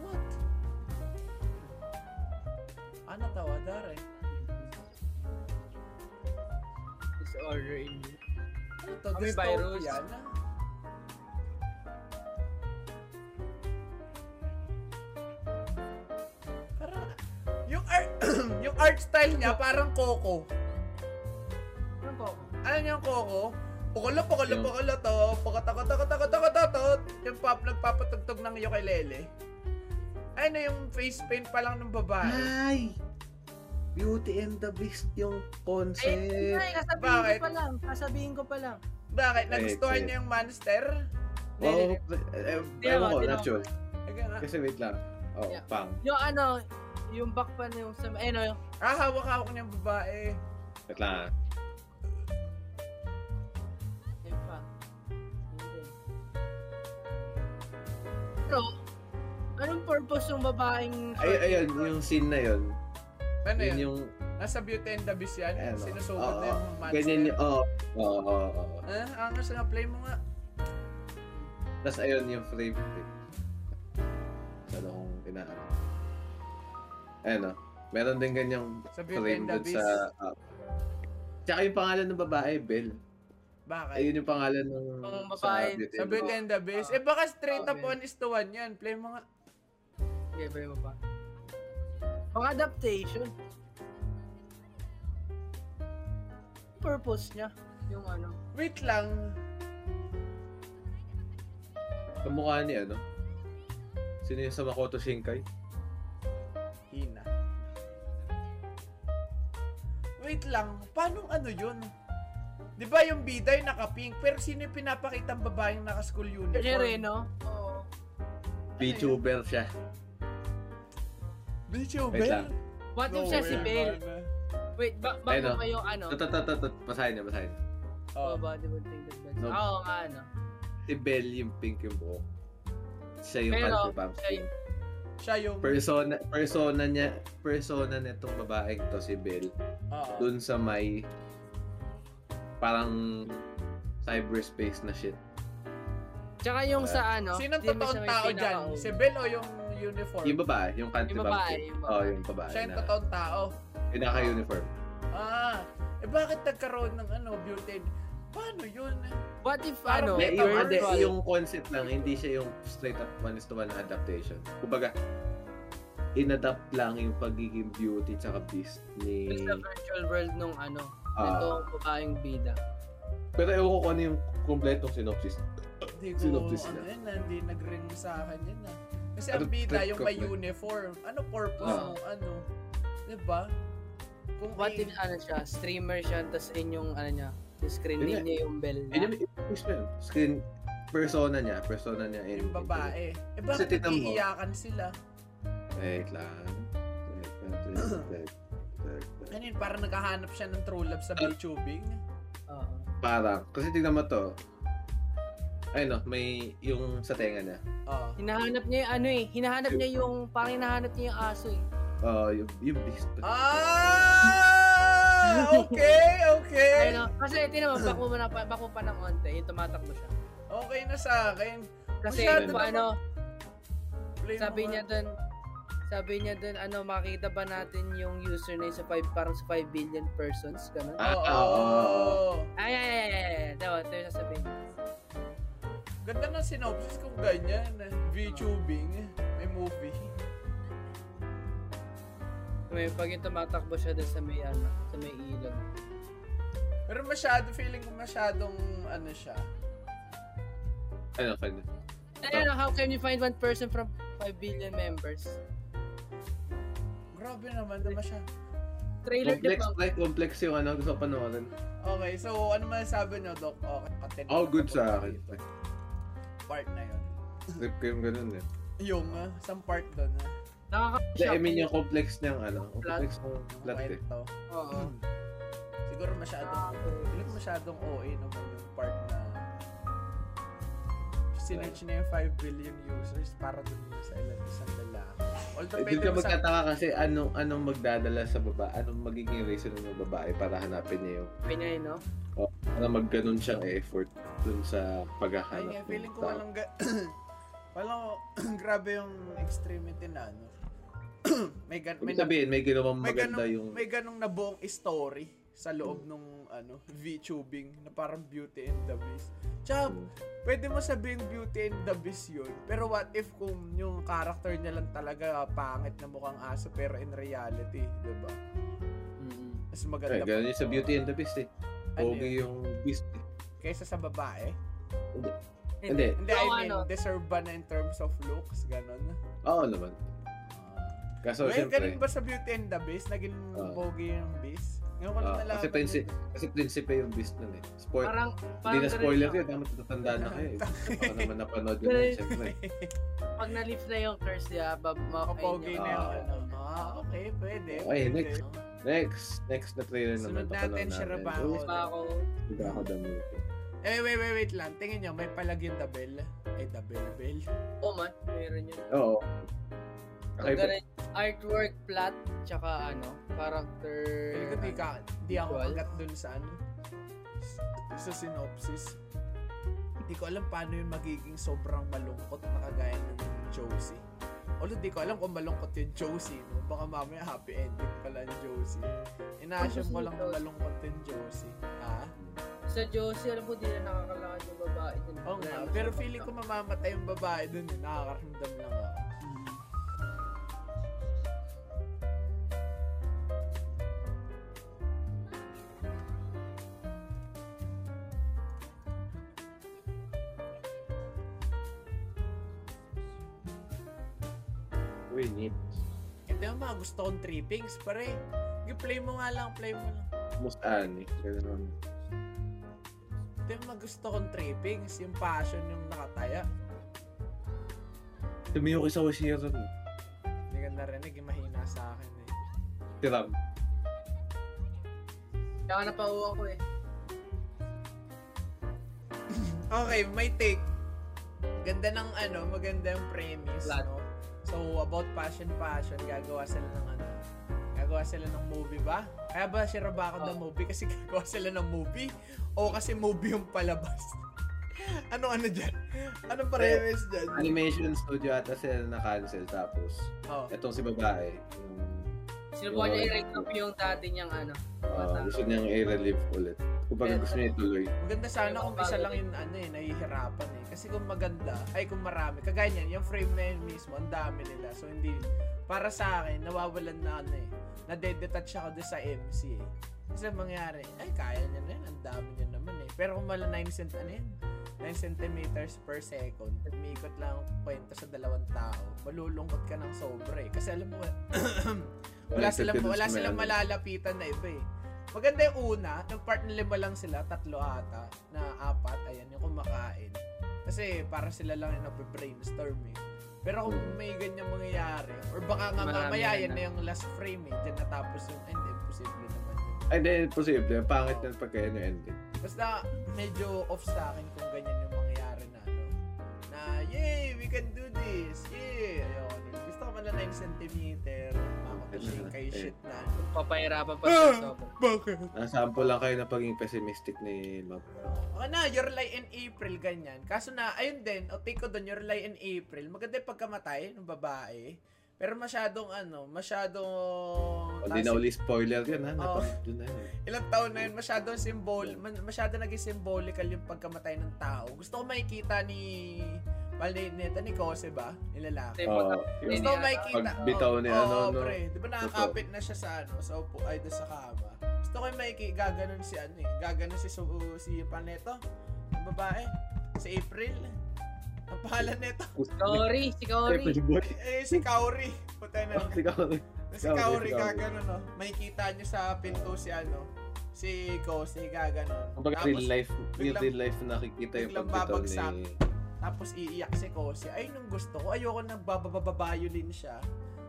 [SPEAKER 2] What? Ano tawa, Dare?
[SPEAKER 3] Disorder in you.
[SPEAKER 2] Ano to?
[SPEAKER 3] Ah, may virus.
[SPEAKER 2] Dystopia na? Parang, yung art, yung art style niya parang Coco.
[SPEAKER 3] Ano ko?
[SPEAKER 2] Alam niyo yung Coco? Pukulo, pukulo,
[SPEAKER 5] Yung-
[SPEAKER 2] pukulo to. Pukatakatakatakatakatakatot. Yung pop nagpapatugtog ng ukulele. Ay na yung face paint pa lang ng babae.
[SPEAKER 5] Ay! Beauty and the Beast yung
[SPEAKER 3] Ay,
[SPEAKER 5] concept.
[SPEAKER 3] ay, kasabihin
[SPEAKER 2] Bakit?
[SPEAKER 3] ko pa lang. Kasabihin ko pa lang.
[SPEAKER 2] Bakit? Nagustuhan
[SPEAKER 5] Wait,
[SPEAKER 2] niyo yung monster?
[SPEAKER 5] Oo, eh,
[SPEAKER 3] Hindi
[SPEAKER 5] ewan ko,
[SPEAKER 3] naman, hindi
[SPEAKER 5] not sure.
[SPEAKER 2] Eka nga.
[SPEAKER 5] Kasi wait lang. Oh,
[SPEAKER 3] Yeah.
[SPEAKER 5] pang.
[SPEAKER 3] Yung ano, yung back pa na yung sa... Eh, no, yung...
[SPEAKER 2] Ah, hawak-hawak niya yung babae.
[SPEAKER 5] Wait lang. ah.
[SPEAKER 3] Ayun pa. Hindi. Pero, anong purpose ng babaeng...
[SPEAKER 5] Ay, ayun, yung scene na yun.
[SPEAKER 2] Ano
[SPEAKER 5] Yun
[SPEAKER 2] yan?
[SPEAKER 5] yung,
[SPEAKER 2] Nasa Beauty and the Beast yan?
[SPEAKER 5] ano.
[SPEAKER 2] Sinusubot
[SPEAKER 5] oo,
[SPEAKER 2] na yung monster.
[SPEAKER 5] Ganyan yung, oo. Oo, oo, oo.
[SPEAKER 2] Ah, angas nga, play mo nga.
[SPEAKER 5] Tapos ayun yung frame. Masyado kong inaano. Ayun oh. Meron din ganyang
[SPEAKER 2] Sa Beauty
[SPEAKER 5] frame
[SPEAKER 2] and the
[SPEAKER 5] dun
[SPEAKER 2] Beast.
[SPEAKER 5] sa... ah. Tsaka yung pangalan ng babae, Belle.
[SPEAKER 2] Bakit?
[SPEAKER 5] Ayun yung pangalan ng...
[SPEAKER 3] Ng
[SPEAKER 5] sa
[SPEAKER 3] babae.
[SPEAKER 5] Beauty
[SPEAKER 2] Sa
[SPEAKER 5] and the
[SPEAKER 2] Beauty
[SPEAKER 5] Beast.
[SPEAKER 2] and the Beast. Eh baka straight
[SPEAKER 3] Ah,
[SPEAKER 2] up one is to one yan. Play mo nga.
[SPEAKER 3] Okay, pwede mo pa. Mga adaptation. Purpose niya. Yung ano.
[SPEAKER 2] Wait lang.
[SPEAKER 5] Kamukha ni ano? Sino yung sa Makoto Shinkai?
[SPEAKER 2] Hina. Wait lang, paano ano yun? Di ba yung bida yung naka-pink, pero sino yung pinapakita ang babaeng naka-school uniform?
[SPEAKER 3] Kasi Reno. Oo.
[SPEAKER 5] VTuber siya.
[SPEAKER 2] Bicho,
[SPEAKER 5] Wait
[SPEAKER 2] Bell?
[SPEAKER 5] lang.
[SPEAKER 3] What if siya si Belle? Wait, ba
[SPEAKER 5] Ayun,
[SPEAKER 3] bago
[SPEAKER 5] oh.
[SPEAKER 3] pa yung ano?
[SPEAKER 5] Tot, tot, tot, tot. Basahin niya, basahin.
[SPEAKER 2] Oh.
[SPEAKER 3] Oh, body would think that that's...
[SPEAKER 5] No.
[SPEAKER 3] Oo nga, ano.
[SPEAKER 5] Si Belle yung pink yung buhok. Siya yung
[SPEAKER 3] Pero,
[SPEAKER 5] Pero, Pump.
[SPEAKER 3] siya yung-
[SPEAKER 2] Siya yung...
[SPEAKER 5] Persona, persona niya, persona nitong babaeng to si Belle.
[SPEAKER 2] Oo.
[SPEAKER 5] Dun sa may parang cyberspace na shit.
[SPEAKER 3] Tsaka yung sa ano.
[SPEAKER 2] Sinong
[SPEAKER 3] sino
[SPEAKER 2] totoong
[SPEAKER 3] siya may
[SPEAKER 2] tao dyan?
[SPEAKER 3] pinakauna?
[SPEAKER 2] Si Bell o yung uniform?
[SPEAKER 5] Yung babae, yung country
[SPEAKER 3] Yung
[SPEAKER 5] bump
[SPEAKER 3] babae,
[SPEAKER 5] chick.
[SPEAKER 3] yung babae.
[SPEAKER 5] Oo, Oh, yung babae
[SPEAKER 2] siya yung
[SPEAKER 5] na
[SPEAKER 2] totoong tao.
[SPEAKER 5] yung naka-uniform.
[SPEAKER 2] Ah, eh bakit nagkaroon ng ano, beauty? and- Paano yun?
[SPEAKER 3] What if
[SPEAKER 2] Parang
[SPEAKER 3] ano,
[SPEAKER 2] may-
[SPEAKER 1] yung,
[SPEAKER 2] Virtual.
[SPEAKER 1] ade,
[SPEAKER 3] virtual?
[SPEAKER 1] yung concept lang, hindi siya yung straight up one is to one adaptation. Kumbaga, inadapt lang yung pagiging beauty tsaka beast ni...
[SPEAKER 3] Yung sa virtual world nung ano,
[SPEAKER 1] Ah.
[SPEAKER 3] ito ang babaeng bida.
[SPEAKER 1] Pero ewan ko kung ano yung kompletong synopsis.
[SPEAKER 2] Hindi ko,
[SPEAKER 1] Synopsis
[SPEAKER 2] ano
[SPEAKER 1] lang.
[SPEAKER 2] yun, ah, hindi nag-ring sa akin yun ah. Kasi
[SPEAKER 1] Ano,
[SPEAKER 2] ang bida
[SPEAKER 1] trip
[SPEAKER 2] yung
[SPEAKER 1] ko
[SPEAKER 2] may
[SPEAKER 1] ba?
[SPEAKER 2] uniform. Ano purpose
[SPEAKER 1] Ah.
[SPEAKER 2] mo? Ano? Diba? Kung
[SPEAKER 3] What
[SPEAKER 2] may-
[SPEAKER 3] if ano siya, streamer siya, tapos inyong ano niya, yung screen
[SPEAKER 1] Yun
[SPEAKER 3] name
[SPEAKER 1] nga.
[SPEAKER 3] niya yung bell
[SPEAKER 1] Yun
[SPEAKER 3] niya.
[SPEAKER 1] yung mismo yun. Screen persona niya. Persona niya. in-
[SPEAKER 2] yung babae. Eh bakit
[SPEAKER 1] tignan mo-
[SPEAKER 2] nag-iiyakan sila?
[SPEAKER 1] Wait lang. Wait lang. Wait lang. Wait lang. Wait lang.
[SPEAKER 2] Ano yun, parang naghahanap siya ng true love
[SPEAKER 1] Ah.
[SPEAKER 2] sa tubing.
[SPEAKER 3] Oo.
[SPEAKER 1] Parang. Kasi tignan mo to. Ay no, may yung sa tenga niya.
[SPEAKER 2] Oo.
[SPEAKER 3] Hinahanap niya yung ano eh, hinahanap niya yung, parang hinahanap niya yung aso eh.
[SPEAKER 1] Uh, yung, yung beast.
[SPEAKER 2] Ah! Okay, okay.
[SPEAKER 3] Ayun, oh. kasi tinan mo, back mo na, back mo pa ng onte, yung tumatakbo siya.
[SPEAKER 2] Okay na sa akin.
[SPEAKER 3] Kasi
[SPEAKER 2] Masyado
[SPEAKER 3] kung
[SPEAKER 2] naman.
[SPEAKER 3] ano,
[SPEAKER 2] Play mo
[SPEAKER 3] sabi
[SPEAKER 2] nga.
[SPEAKER 3] niya dun, sabi niya dun, ano, makita ba natin yung username sa 5, parang sa 5 billion persons, ganun.
[SPEAKER 1] Ah,
[SPEAKER 2] Oo.
[SPEAKER 1] oo, oo.
[SPEAKER 3] Ay, ay, ay, ay, ay, ay, daw, ito yung sasabihin.
[SPEAKER 2] Ganda ng synopsis kung ganyan. VTubing. May movie.
[SPEAKER 3] May pag yung tumatakbo siya dun sa may, ano, sa may ilog.
[SPEAKER 2] Pero masyado, feeling ko masyadong ano siya.
[SPEAKER 1] Ano, kanya. Ah.
[SPEAKER 3] Ayun, oh, how can you find one person from 5 billion members?
[SPEAKER 2] Grabe naman, diba siya?
[SPEAKER 3] Trailer, di
[SPEAKER 1] Complex,
[SPEAKER 3] ba?
[SPEAKER 1] like, complex yung ano, gusto ko panoorin.
[SPEAKER 2] Okay, so ano man sabi niyo, Doc? Okay, content.
[SPEAKER 1] Oh, good sa akin.
[SPEAKER 2] Part na yun.
[SPEAKER 1] Trip ko yung ganun eh.
[SPEAKER 2] Yung, ah, isang part doon.
[SPEAKER 1] Hindi, I
[SPEAKER 3] Nakaka-shock.
[SPEAKER 1] mean yung complex niyang ano,
[SPEAKER 3] Plot.
[SPEAKER 1] complex ng plot eh.
[SPEAKER 2] Kwento. Um,
[SPEAKER 3] Oo.
[SPEAKER 2] Siguro masyadong, feeling ko masyadong OA naman yung part na sinerch na yung 5 billion users para dun sa ilan isang lalaki. Although
[SPEAKER 1] Eh,
[SPEAKER 2] pwede
[SPEAKER 1] Doon ka
[SPEAKER 2] mo sa-
[SPEAKER 1] magkataka kasi anong, anong magdadala sa baba, anong magiging reason ng babae para hanapin niya yung,
[SPEAKER 3] Pinay, eh, no?
[SPEAKER 1] para magganon siyang effort dun sa
[SPEAKER 2] Ay,
[SPEAKER 1] paghahanap.
[SPEAKER 2] nga,
[SPEAKER 1] ng
[SPEAKER 2] feeling ko
[SPEAKER 1] tao.
[SPEAKER 2] walang ga... walang... grabe yung extremity na, ano. may gan... May,
[SPEAKER 1] Ibig sabihin, may ginawang
[SPEAKER 2] may
[SPEAKER 1] maganda
[SPEAKER 2] ganong,
[SPEAKER 1] yung...
[SPEAKER 2] may ganong nabuong story sa loob nung, ano, VTubing na parang Beauty and the Beast. Tsaka,
[SPEAKER 1] Mm.
[SPEAKER 2] pwede mo sabihin Beauty and the Beast yun, pero what if kung yung character niya lang talaga pangit na mukhang aso, pero in reality, di ba?
[SPEAKER 1] Ay,
[SPEAKER 2] Mas maganda
[SPEAKER 1] ganun yung sa Beauty and the Beast eh.
[SPEAKER 2] Ano
[SPEAKER 1] Pogi yung Beast eh.
[SPEAKER 2] kaysa sa babae.
[SPEAKER 1] Hindi,
[SPEAKER 2] Hindi,
[SPEAKER 3] Oo,
[SPEAKER 2] I mean,
[SPEAKER 3] ano.
[SPEAKER 2] deserve ba na in terms of looks, ganon.
[SPEAKER 1] oo naman. Ah. Kaso
[SPEAKER 2] Well,
[SPEAKER 1] siyempre,
[SPEAKER 2] ganun ba sa Beauty and the Beast? Naging
[SPEAKER 1] Oo.
[SPEAKER 2] bogey yung Beast? Ngayon ko lang
[SPEAKER 1] ah,
[SPEAKER 2] nalaman.
[SPEAKER 1] kasi, prinsi- kasi prinsipe yung Beast nun eh. Spoil,
[SPEAKER 3] Parang,
[SPEAKER 1] hindi
[SPEAKER 3] parang
[SPEAKER 1] na spoiler
[SPEAKER 3] ganun
[SPEAKER 1] yun, ah. dapat natatandaan na kayo eh. Baka naman napanood yun
[SPEAKER 3] Ganun.
[SPEAKER 1] siyempre.
[SPEAKER 3] siya. Pag na-lift na yung curse niya, bab, ma,
[SPEAKER 2] Kapogi
[SPEAKER 3] ayun
[SPEAKER 2] na
[SPEAKER 1] yun.
[SPEAKER 2] yung
[SPEAKER 1] Ah.
[SPEAKER 2] ano. Ah, okay, pwede.
[SPEAKER 1] Okay,
[SPEAKER 2] pwede.
[SPEAKER 1] next. Next, next na trailer naman.
[SPEAKER 2] Sunod natin,
[SPEAKER 1] papanood
[SPEAKER 2] Shirabangon.
[SPEAKER 1] Uy,
[SPEAKER 3] yun. Pa ako,
[SPEAKER 1] Hindi ako damuto.
[SPEAKER 2] Eh, wait, wait, wait lang. Tingin nyo, may palag yung the bell. Eh, the bell, bell.
[SPEAKER 3] oh man, meron yun.
[SPEAKER 1] Oo. Okay,
[SPEAKER 3] Ganun, artwork, plot, tsaka ano, character,
[SPEAKER 2] Feeling ko di
[SPEAKER 3] ano,
[SPEAKER 2] ka, di ako
[SPEAKER 3] Visual.
[SPEAKER 2] agad dun sa ano. Sa synopsis. Hindi ko alam paano yun magiging sobrang malungkot na kagaya ng Josie. Although di ko alam kung malungkot yung Josie, no? Baka mamaya happy ending pala yung Josie. Ina-assume ko lang na malungkot yung Josie. Ha?
[SPEAKER 3] ano. sa Josie, alam ko, di na nakakalakad yung babae. dun.
[SPEAKER 2] Oo nga.
[SPEAKER 3] Wala
[SPEAKER 2] Pero
[SPEAKER 3] masyadong
[SPEAKER 2] feeling ko mamamatay yung babae dun. eh. Nakakaramdam lang ako.
[SPEAKER 1] Uy, neat.
[SPEAKER 2] Ito yung mga gusto kong trippings, pare. Sige, play mo nga lang, play mo lang.
[SPEAKER 1] Mustaan eh. Ganun.
[SPEAKER 2] Ito yung mga gusto kong trippings, yung passion, yung nakataya.
[SPEAKER 1] Tumiyo ko sa Washington. eh.
[SPEAKER 2] Hindi ka narinig, yung mahina sa akin eh.
[SPEAKER 1] Tiram.
[SPEAKER 3] Tsaka napauwa ko eh.
[SPEAKER 2] Okay, may take. Ganda ng ano, maganda yung premise,
[SPEAKER 3] Plot.
[SPEAKER 2] no? So, about passion, passion, gagawa sila ng ano, gagawa sila ng movie ba? Kaya ba si Rabako the
[SPEAKER 3] Oo.
[SPEAKER 2] movie kasi gagawa sila ng movie? O kasi movie yung palabas? ano ano dyan? Anong premise dyan?
[SPEAKER 1] Animation studio ata sila na-cancel. Tapos,
[SPEAKER 2] Oh.
[SPEAKER 1] etong si babae, yung
[SPEAKER 3] Sinubukan niya i-rank up yung dati niyang ano.
[SPEAKER 1] Ah, gusto niyang i-relive ulit. Kumbaga
[SPEAKER 3] Yeah.
[SPEAKER 1] gusto niya ituloy.
[SPEAKER 2] Maganda sana kung isa lang yung ano eh, nahihirapan eh. Kasi kung maganda, ay kung marami, kagaya niyan, yung frame na yun mismo, ang dami nila. So hindi, para sa akin, nawawalan na ano eh. Nadedetouch ako doon sa MC eh. Kasi mangyari, ay kaya niya na yun, ang dami niya naman eh. Pero kung mala 9 cent, ano yun? 9 centimeters per second, at miikot lang ang kwento sa dalawang tao, malulungkot ka ng sobra eh. Kasi alam mo, wala
[SPEAKER 1] Connected
[SPEAKER 2] silang,
[SPEAKER 1] ka dun
[SPEAKER 2] wala
[SPEAKER 1] sa may
[SPEAKER 2] silang
[SPEAKER 1] ano.
[SPEAKER 2] malalapitan na iba eh. Maganda yung una, yung part na lima lang sila, tatlo ata, na apat, ayan, yung kumakain. Kasi para sila lang yung nagbe-brainstorm eh. Pero kung may ganyan mangyayari, or baka nga
[SPEAKER 3] Marami
[SPEAKER 2] mamaya
[SPEAKER 3] na
[SPEAKER 2] yan
[SPEAKER 3] na.
[SPEAKER 2] na yung last frame eh, dyan natapos yung end, imposible naman yun.
[SPEAKER 1] Ay, then, posible. Pangit na pagka yun yung ending.
[SPEAKER 2] Basta medyo off sa akin kung ganyan yung mangyayari na ano. Na, yay! We can do this! Yay! Ayoko nun. Gusto ko man na 9 cm. Makapasing kay shit na ano.
[SPEAKER 3] Papahirapan pa siya sobrang.
[SPEAKER 2] Bakit?
[SPEAKER 1] Nasample lang kayo na pagiging pessimistic ni Mab.
[SPEAKER 2] Oo na, your lie in Ano, April, ganyan. Kaso na, ayun din, o take ko doon, your lie in April. Maganda yung pagkamatay ng babae. Pero masyadong ano, masyadong...
[SPEAKER 1] Hindi
[SPEAKER 2] Ah,
[SPEAKER 1] na uli spoiler yun ha.
[SPEAKER 2] Oh.
[SPEAKER 1] Napanood yun eh. na yun.
[SPEAKER 2] ilang taon na yun, masyadong symbol,
[SPEAKER 1] Hmm.
[SPEAKER 2] man- masyado naging symbolical yung pagkamatay ng tao. Gusto ko makikita ni, pala neta ni Kose ba? Yung lalaki.
[SPEAKER 3] Tempo
[SPEAKER 1] Oo, Oh, yun.
[SPEAKER 2] Gusto ko makikita.
[SPEAKER 1] Pagbitaw ni
[SPEAKER 2] Oo,
[SPEAKER 1] ano,
[SPEAKER 2] oo,
[SPEAKER 1] no?
[SPEAKER 2] pre. Di ba nakakapit na siya sa ano, sa upo, ay, doon sa kama. Gusto ko yung makikita, gaganon si ano eh, gaganon si, Su- si Paneto, ang babae, si April. Ang pangalan nito,
[SPEAKER 3] Kaori, si
[SPEAKER 1] Ay,
[SPEAKER 3] Kaori.
[SPEAKER 1] playboy.
[SPEAKER 2] eh, si Kaori. Puta na.
[SPEAKER 1] Ah, sigaw na.
[SPEAKER 2] Si
[SPEAKER 1] Ikaw,
[SPEAKER 2] Kaori
[SPEAKER 1] ikaw.
[SPEAKER 2] gaganon, no? Makikita nyo sa pinto si ano, si Kose gaganon.
[SPEAKER 1] Kumbaga
[SPEAKER 2] Tapos-
[SPEAKER 1] real life, real,
[SPEAKER 2] biglang-
[SPEAKER 1] real life nakikita yung
[SPEAKER 2] biglang
[SPEAKER 1] pagbitaw
[SPEAKER 2] babagsak.
[SPEAKER 1] ni...
[SPEAKER 2] Tapos iiyak si Kose. Ay, nung gusto ko, ayoko nang babababayolin siya.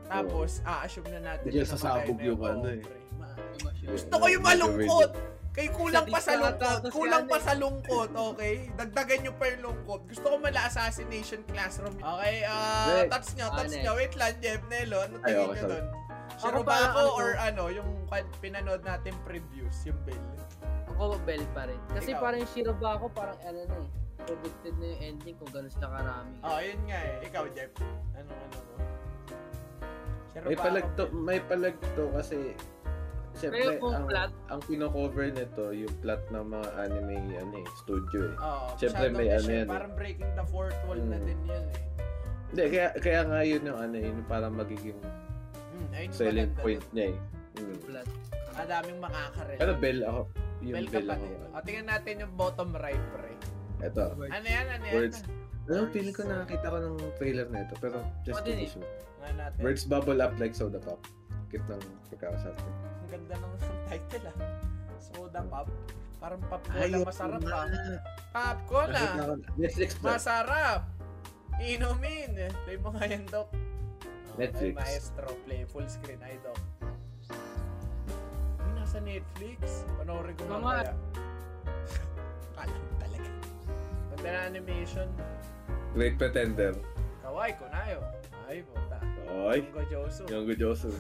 [SPEAKER 2] Tapos, a-assume na natin.
[SPEAKER 1] Diyan
[SPEAKER 2] na
[SPEAKER 1] sasabog
[SPEAKER 2] namatay na
[SPEAKER 1] yung ano
[SPEAKER 2] pobre.
[SPEAKER 1] eh.
[SPEAKER 2] Ma- Gusto ko yung malungkot! Kay kulang pa sa
[SPEAKER 3] Sadista ka,
[SPEAKER 2] lungkot,
[SPEAKER 3] tapos
[SPEAKER 2] kulang
[SPEAKER 3] yan
[SPEAKER 2] pa
[SPEAKER 3] eh.
[SPEAKER 2] sa lungkot, okay? Dagdagan nyo pa yung lungkot. Gusto ko mala assassination classroom. Okay, ah,
[SPEAKER 1] Wait.
[SPEAKER 2] touch nyo, touch
[SPEAKER 3] Ano eh?
[SPEAKER 2] nyo. Wait lang, Jeff Nelo, ano
[SPEAKER 1] Ay,
[SPEAKER 2] tingin
[SPEAKER 1] okay,
[SPEAKER 2] nyo
[SPEAKER 1] sorry.
[SPEAKER 2] doon?
[SPEAKER 3] Ako
[SPEAKER 2] Sure
[SPEAKER 3] pa,
[SPEAKER 2] ba ako
[SPEAKER 3] ano?
[SPEAKER 2] or ano, yung kan- pinanood natin previews, yung bell?
[SPEAKER 3] Ako, Bell pa rin. Kasi
[SPEAKER 2] Ikaw.
[SPEAKER 3] parang Shiraba ako, parang ano na eh. Predicted na yung ending kung ganun sila karami.
[SPEAKER 2] Oh, yun nga eh. Ikaw, Jeff. Ano, ano mo? Sure
[SPEAKER 1] May
[SPEAKER 2] ba
[SPEAKER 1] palagto,
[SPEAKER 2] ako?
[SPEAKER 1] may palagto kasi Siyempre,
[SPEAKER 3] Pero kung
[SPEAKER 1] ang,
[SPEAKER 3] plot-
[SPEAKER 1] ang kino-cover nito, yung plot ng mga anime ano, eh, studio eh.
[SPEAKER 2] Oo,
[SPEAKER 1] Siyempre,
[SPEAKER 2] Oh, masyado
[SPEAKER 1] may
[SPEAKER 2] na
[SPEAKER 1] ano
[SPEAKER 2] siya,
[SPEAKER 1] yan eh.
[SPEAKER 2] Parang breaking the fourth wall na
[SPEAKER 1] Mm.
[SPEAKER 2] din yun eh.
[SPEAKER 1] Hindi, kaya, kaya nga yun yung ano, yun yung parang magiging
[SPEAKER 2] Mm, ayun yung
[SPEAKER 1] selling
[SPEAKER 2] maganda
[SPEAKER 1] point
[SPEAKER 2] dun.
[SPEAKER 1] niya eh. Mm.
[SPEAKER 3] Blood.
[SPEAKER 2] Madaming makakarelate.
[SPEAKER 1] Pero Bell ako, yung
[SPEAKER 2] Bell
[SPEAKER 1] Bell,
[SPEAKER 2] ka pa
[SPEAKER 1] ako.
[SPEAKER 2] din. O, tingnan natin yung bottom right, pre.
[SPEAKER 1] Ito.
[SPEAKER 2] Ano yan, ano yan?
[SPEAKER 1] Words. Ano, feeling ko nakakita ko ng trailer na ito, pero just to
[SPEAKER 3] Ako
[SPEAKER 1] be
[SPEAKER 3] din eh.
[SPEAKER 1] sure.
[SPEAKER 2] Nga natin.
[SPEAKER 1] Birds bubble up like soda pop. Kit ng pagkakasabi.
[SPEAKER 2] Ang ganda ng title ah. Soda pop. Parang pop cola masarap ah. Pop
[SPEAKER 1] Nakita
[SPEAKER 2] cola.
[SPEAKER 1] ko na. Netflix ba?
[SPEAKER 2] Masarap. Inumin. Play mo nga yan, Doc. Oh,
[SPEAKER 1] Netflix.
[SPEAKER 2] Ay, maestro. Play full screen. Ay, Doc. Ay, nasa Netflix. Panoorin ko
[SPEAKER 3] Mga-
[SPEAKER 2] mamaya. Alam talaga. Ganda na animation.
[SPEAKER 1] Great Pretender.
[SPEAKER 2] Kawai ko na yun. Ay, puta.
[SPEAKER 1] Oy.
[SPEAKER 2] Jingo Joseph.
[SPEAKER 1] Yung good Joseph.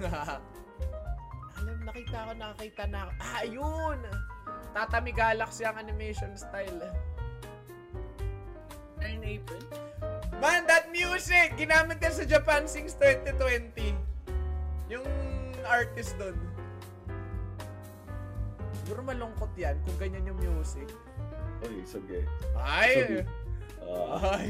[SPEAKER 2] Alam, nakita ko, nakakita na ako. Ah, ayun! Tatami Galaxy ang animation style.
[SPEAKER 3] 9 April?
[SPEAKER 2] Man, that music! Ginamit yan sa Japan Sings 2020. Yung artist doon. Siguro malungkot yan kung ganyan yung music.
[SPEAKER 1] Oy, sige.
[SPEAKER 2] Ay!
[SPEAKER 1] Sabi. Ah,
[SPEAKER 2] Ay!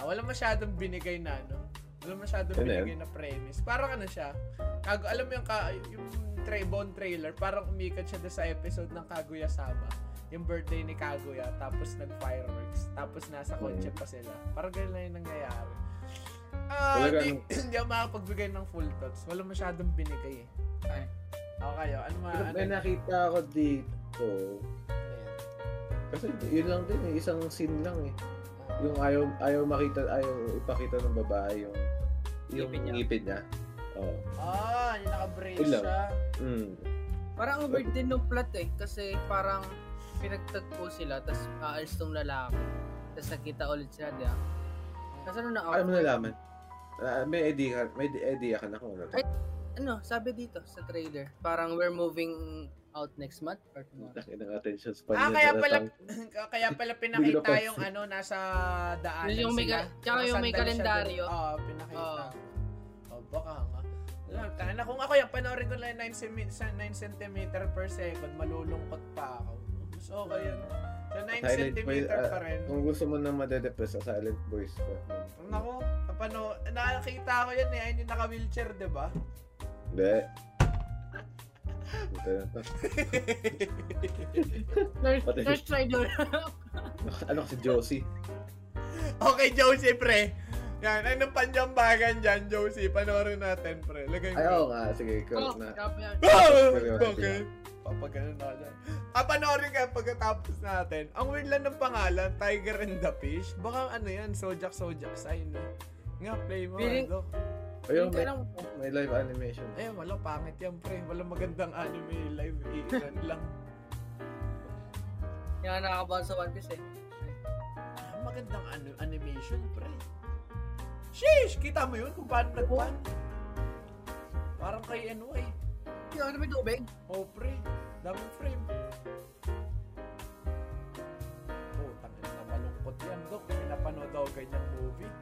[SPEAKER 2] ah, wala masyadong binigay na, ano? Wala masyadong
[SPEAKER 1] Ano
[SPEAKER 2] binigay na premise. Parang ano siya, kago, alam mo yung, ka, yung Trebon trailer, parang umikat siya doon sa episode ng Kaguya Sama. Yung birthday ni Kaguya, tapos nag-fireworks, tapos nasa kotse pa sila. Parang ganun lang yung nangyayari. Ah,
[SPEAKER 1] Talaga,
[SPEAKER 2] hindi, hindi ako makapagbigay ng full thoughts. Wala masyadong binigay eh.
[SPEAKER 3] Ay.
[SPEAKER 2] Ako kayo, ano mga,
[SPEAKER 1] pero
[SPEAKER 2] ano,
[SPEAKER 1] may nakita ako dito.
[SPEAKER 2] ano yan?
[SPEAKER 1] Kasi yun lang din eh, isang scene lang eh.
[SPEAKER 3] Ah.
[SPEAKER 1] Yung ayaw, ayaw makita, ayaw ipakita ng babae yung yung
[SPEAKER 3] Ngipin
[SPEAKER 1] ngipin
[SPEAKER 3] niya.
[SPEAKER 1] niya. Oh. Oo.
[SPEAKER 2] Ah, yung naka-brace
[SPEAKER 1] Yun lang.
[SPEAKER 2] siya.
[SPEAKER 1] Mm.
[SPEAKER 3] Parang ang weird din ng plot eh. Kasi parang pinagtagpo sila, tapos aalis tong lalaki. Tapos nakita ulit sila, di ba? Tapos ano na ako?
[SPEAKER 1] Paano mo nalaman? Ah, may idea ka, may idea ka na kung ano. to.
[SPEAKER 3] Ay, Ano, sabi dito sa trailer, parang we're moving out next month or tomorrow.
[SPEAKER 1] Laki ng attention span
[SPEAKER 2] Ah,
[SPEAKER 1] niya
[SPEAKER 2] kaya
[SPEAKER 1] talaga.
[SPEAKER 2] pala kaya pala
[SPEAKER 1] Hindi
[SPEAKER 2] pinakita
[SPEAKER 1] ko
[SPEAKER 2] yung ano nasa daan.
[SPEAKER 3] Yung may ka- tsaka yung may kalendaryo.
[SPEAKER 2] Oo, pinakita.
[SPEAKER 3] Oo.
[SPEAKER 2] Oh, baka nga. Ano, Tana, kung ako yung panoorin ko lang 9 cm, 9 cm per second, malulungkot pa ako. Mas okay yun. Sa 9
[SPEAKER 1] Silent
[SPEAKER 2] cm
[SPEAKER 1] boy, ah,
[SPEAKER 2] pa rin.
[SPEAKER 1] Kung gusto mo na madedepress sa silent voice ko.
[SPEAKER 2] Nako, napano, nakakita ko yun eh. Ayun yung naka-wheelchair, di ba?
[SPEAKER 1] Hindi. Ano Ito na to.
[SPEAKER 3] Nurse,
[SPEAKER 1] Patay.
[SPEAKER 3] nurse try doon.
[SPEAKER 1] Ano kasi Josie?
[SPEAKER 2] okay, Josie, pre. Yan, anong panjambagan dyan, Josie? Panoorin natin, pre. Lagay mo.
[SPEAKER 1] Ay, oo nga. Sige,
[SPEAKER 3] oh,
[SPEAKER 2] Ano?
[SPEAKER 1] ikaw na.
[SPEAKER 3] grabe yan.
[SPEAKER 2] Ah!
[SPEAKER 1] Seryoso.
[SPEAKER 2] Okay. Papagano na dyan. Ah, panoorin ka pagkatapos natin. Ang weird lang ng pangalan, Tiger and the Fish. Baka ano yan, Sojak Sojak sign. Eh. Nga, play mo.
[SPEAKER 3] Feeling-
[SPEAKER 2] Aldo.
[SPEAKER 1] Ayun,
[SPEAKER 3] Hindi
[SPEAKER 1] may,
[SPEAKER 3] lang-
[SPEAKER 1] may live animation.
[SPEAKER 2] Eh, wala pangit yan, pre. Walang magandang anime live. Ilan lang.
[SPEAKER 3] Yan nakakabahan sa One Piece eh.
[SPEAKER 2] Ah, magandang ano, animation, pre. Sheesh! Kita mo yun kung paano nagpan. Parang kay ano eh.
[SPEAKER 3] Yung ano may tubig?
[SPEAKER 2] Oh, pre. Daming frame. Oh, tangin na malungkot yan, Dok. May napanood ako ganyang movie.